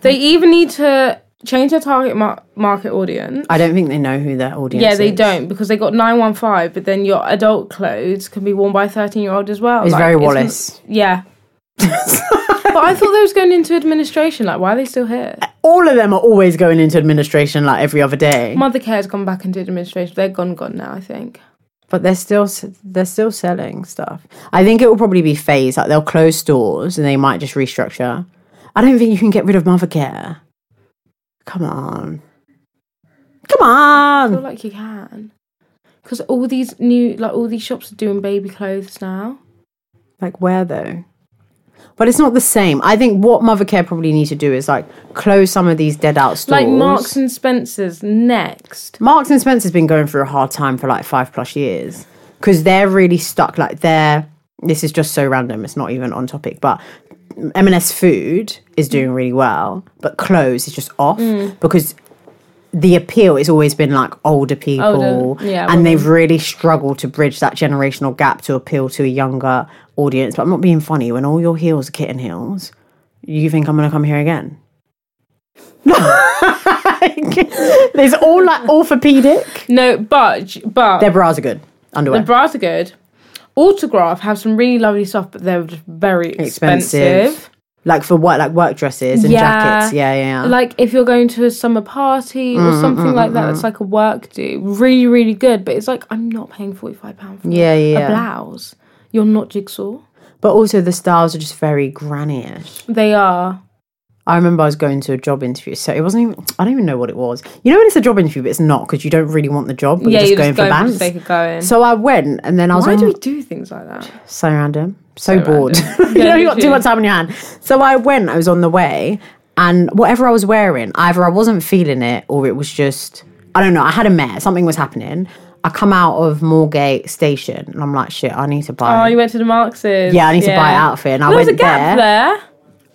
S2: They even need to change their target mar- market audience.
S3: I don't think they know who their audience
S2: yeah,
S3: is.
S2: they don't because they got nine one five, but then your adult clothes can be worn by a thirteen year old as well.
S3: It's
S2: Like,
S3: very
S2: n-
S3: Wallace.
S2: yeah. but I thought they was going into administration. Like, why are they still here?
S3: All of them are always going into administration like every other day.
S2: Mothercare has gone back into administration. They're gone, gone now. I think.
S3: but they're still s- they're still selling stuff. I think it will probably be phased. Like they'll close stores and they might just restructure. I don't think you can get rid of Mothercare. Come on, come
S2: I feel
S3: on.
S2: like you can, because all these new, like all these shops are doing baby clothes now.
S3: Like where though? But it's not the same. I think what Mothercare probably need to do is like close some of these dead out stores.
S2: Like Marks and Spencers next.
S3: Marks and Spencer's been going through a hard time for like five plus years because they're really stuck. Like they're this is just so random. It's not even on topic, but M&S Food is doing really well, but clothes is just off because the appeal has always been like older people,
S2: Older, yeah,
S3: and
S2: women.
S3: they've really struggled to bridge that generational gap to appeal to a younger audience. But I'm not being funny. When all your heels are kitten heels, you think I'm going to come here again? It's all like orthopedic.
S2: No, but but
S3: Their bras are good. Underwear.
S2: the bras are good. Autograph have some really lovely stuff, but they're just very
S3: Expensive.
S2: expensive.
S3: like for work, like work dresses and
S2: Yeah.
S3: jackets. Yeah, yeah. Mm-hmm, yeah.
S2: Like if you're going to a summer party or something like that, that's like a work do. Really, really good. But it's like I'm not paying forty five pounds for
S3: Yeah, yeah,
S2: a
S3: yeah.
S2: blouse. You're not jigsaw.
S3: but also the styles are just very granny-ish.
S2: They are.
S3: I remember I was going to a job interview, so it wasn't even. I don't even know what it was. You know when it's a job interview, but it's not because you don't really want the job. But
S2: yeah,
S3: you're just
S2: you're
S3: going
S2: just going for the
S3: for
S2: sake
S3: bands.
S2: of going.
S3: So I went, and then I was
S2: Why
S3: on,
S2: do we do things like that?
S3: so random, so, bored.
S2: random.
S3: you
S2: Yeah,
S3: know,
S2: me
S3: you got
S2: too.
S3: too much time on your hand. So I went. I was on the way, and whatever I was wearing, either I wasn't feeling it, or it was just I don't know. I had a mare. Something was happening. I come out of Moorgate Station, and I'm like, shit, I need to buy.
S2: Oh, you went to the Marx's.
S3: Yeah, I need to buy an outfit, and I
S2: there was a
S3: went
S2: gap
S3: there.
S2: there.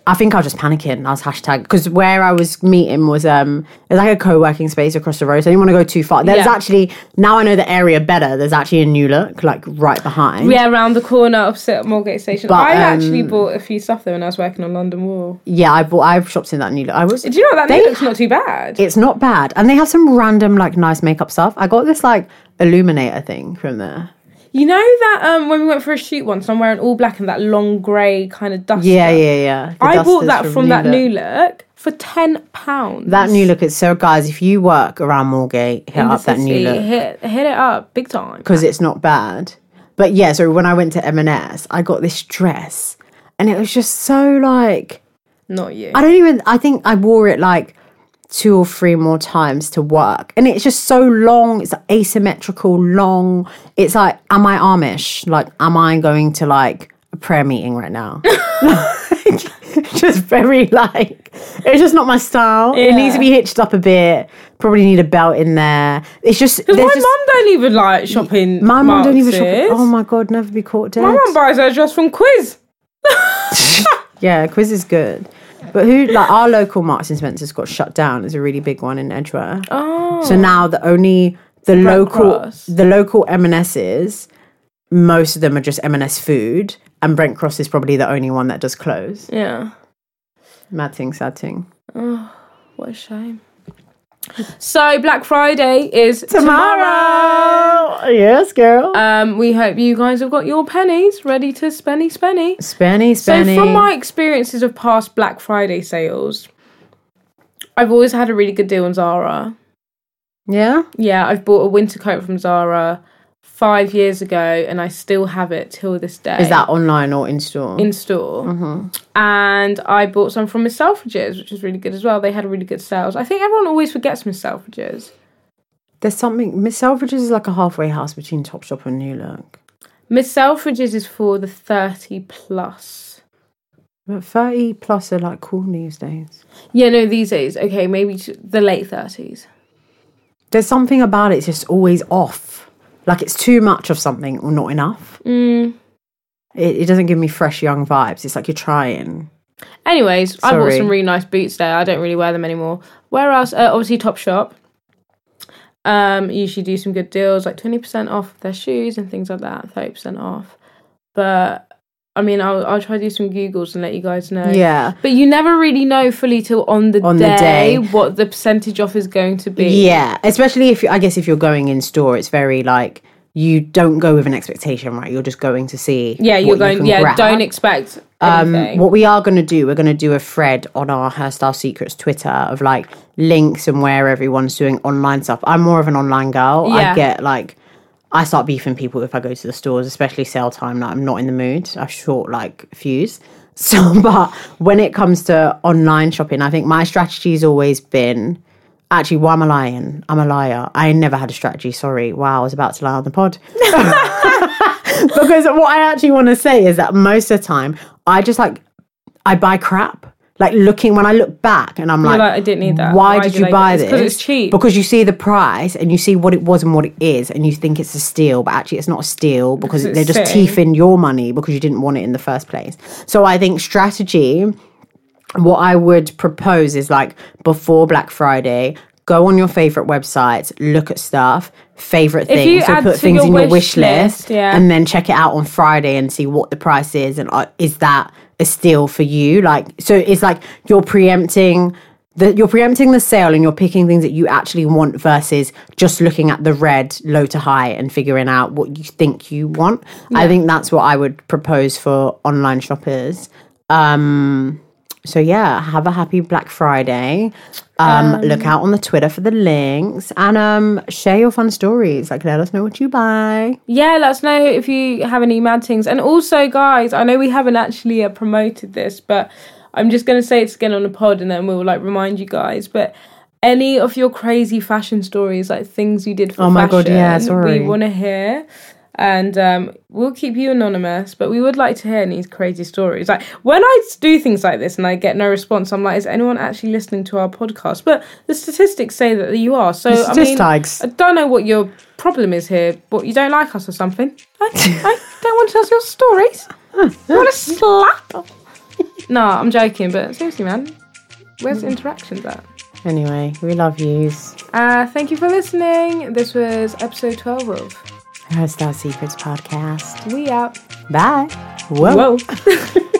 S3: I think I was just panicking. I was hashtag because where I was meeting was um it was like a co working space across the road. So I didn't want to go too far. There's
S2: Yeah.
S3: actually now I know the area better. There's actually a new look like right behind.
S2: Yeah, around the corner opposite Moorgate Station.
S3: But,
S2: I
S3: um,
S2: actually bought a few stuff there when I was working on London Wall.
S3: yeah. I bought. I've shopped in that new look. I was.
S2: Do you know what? that
S3: They-
S2: new looks not too bad?
S3: It's not bad, and they have some random like nice makeup stuff. I got this like illuminator thing from there.
S2: You know that um, when we went for a shoot once, I'm wearing all black and that long grey kind of duster.
S3: Yeah, yeah, yeah. The
S2: I bought
S3: dusters
S2: that from that
S3: Look.
S2: new look for ten pounds.
S3: That new look is so, guys. If you work around Moorgate, hit up that new look.
S2: Hit, hit it up big time.
S3: because it's not bad. But yeah, so when I went to M&S, I got this dress, and it was just so like
S2: Not you.
S3: I don't even. I think I wore it like two or three more times to work, and it's just so long. It's asymmetrical, long. It's like, am I Amish? Like, am I going to like a prayer meeting right now? Like, just very like it's just not my style. It
S2: Yeah.
S3: needs to be hitched up a bit. Probably need a belt in there. It's just
S2: Because my
S3: there's just-
S2: mum don't even like shopping.
S3: my mum don't even shop.
S2: Marx's.
S3: Oh my god, never be caught dead.
S2: my mum buys her dress from Quiz.
S3: Yeah, quiz is good. But who like our local Marks and Spencers got shut down is a really big one in Edgware.
S2: Oh.
S3: So now the only the local
S2: Cross.
S3: the local M&S's, most of them are just M&S food, and Brent Cross is probably the only one that does close.
S2: Yeah.
S3: Mad thing, sad thing.
S2: Oh, what a shame. So Black Friday is tomorrow.
S3: Yes, girl.
S2: Um, we hope you guys have got your pennies ready to spenny spenny.
S3: Spenny,
S2: So
S3: Spenny.
S2: from my experiences of past Black Friday sales, I've always had a really good deal on Zara.
S3: yeah?
S2: Yeah, I've bought a winter coat from Zara five years ago, and I still have it till this day.
S3: Is that Mm-hmm. online or in store?
S2: Uh, in store? And I bought some from Miss Selfridges, which was really good as well. They had really good sales. I think everyone always forgets Miss Selfridges.
S3: There's something Miss Selfridges is like a halfway house between Topshop and New Look.
S2: Miss Selfridges is for the thirty plus.
S3: But 30 plus are like cool these days.
S2: Yeah, no, these days. Okay, maybe t- the late thirties.
S3: There's something about it, it's just always off. Like it's too much of something or not enough.
S2: Mm.
S3: It, it doesn't give me fresh young vibes. It's like you're trying.
S2: Anyways, I bought
S3: Sorry.
S2: some really nice boots there. I don't really wear them anymore. Where else? Uh, obviously, Topshop. Um, usually do some good deals, like twenty percent off their shoes and things like that, thirty percent off. But I mean, I'll I'll try to do some googles and let you guys know.
S3: Yeah.
S2: But you never really know fully till on the
S3: On the
S2: day,
S3: day.
S2: what the percentage off is going to be.
S3: Yeah. Especially if you, I guess if you're going in store, it's very like you don't go with an expectation, right? You're just going to see.
S2: yeah, you're
S3: what you
S2: going.
S3: can
S2: yeah,
S3: grab.
S2: don't expect
S3: Um,
S2: anything.
S3: what we are going to do, we're going to do a thread on our Hairstyle Secrets Twitter of like links and where everyone's doing online stuff. I'm more of an online girl.
S2: Yeah.
S3: I get like, I start beefing people if I go to the stores, especially sale time. Like, I'm not in the mood. I have short like fuse. So, but when it comes to online shopping, I think my strategy's always been actually, why am I lying? I'm a liar. I never had a strategy. Sorry. Wow, I was about to lie on the pod because what I actually want to say is that most of the time I just like I buy crap. Like looking when I look back and I'm like,
S2: like, I didn't need that.
S3: Why, did you
S2: I-
S3: buy
S2: it's
S3: this?
S2: 'cause it's cheap.
S3: Because you see the price and you see what it was and what it is, and you think it's a steal, but actually it's not a steal because,
S2: Because
S3: they're
S2: it's
S3: just
S2: silly.
S3: teething your money because you didn't want it in the first place. So I think strategy what I would propose is like before Black Friday, go on your favorite websites, look at stuff, favorite
S2: you
S3: things, so
S2: add
S3: put
S2: to
S3: things
S2: your
S3: in your
S2: wish
S3: wish
S2: list,
S3: list,
S2: yeah.
S3: and then check it out on Friday and see what the price is and uh, is that a steal for you? Like, so it's like you're preempting. The, you're preempting the sale and you're picking things that you actually want versus just looking at the red low to high and figuring out what you think you want. I think that's what I would propose for online shoppers. Um, so yeah, have a happy Black Friday. Um, look out on the Twitter for the links and um, share your fun stories. Like, let us know what you buy.
S2: Yeah, let us know if you have any mad things. And also, guys, I know we haven't actually uh, promoted this, but I'm just going to say it's again on the pod and then we'll like remind you guys. But any of your crazy fashion stories, like things you did for
S3: Oh my God,
S2: fashion,
S3: yeah, sorry.
S2: we want to hear. And um, we'll keep you anonymous, but we would like to hear any crazy stories. Like when I do things like this and I get no response, I'm like, is anyone actually listening to our podcast? But the statistics say that you are. So I mean,
S3: statistics.
S2: I don't know what your problem is here, but you don't like us or something. I, I don't want to tell your stories. You want to slap? No, I'm joking, but seriously, man, where's the interactions at?
S3: Anyway, we love yous.
S2: Uh, thank you for listening. This was episode 12 of
S3: Hairstyle Secrets podcast.
S2: We Out.
S3: Bye. Whoa.
S2: Whoa.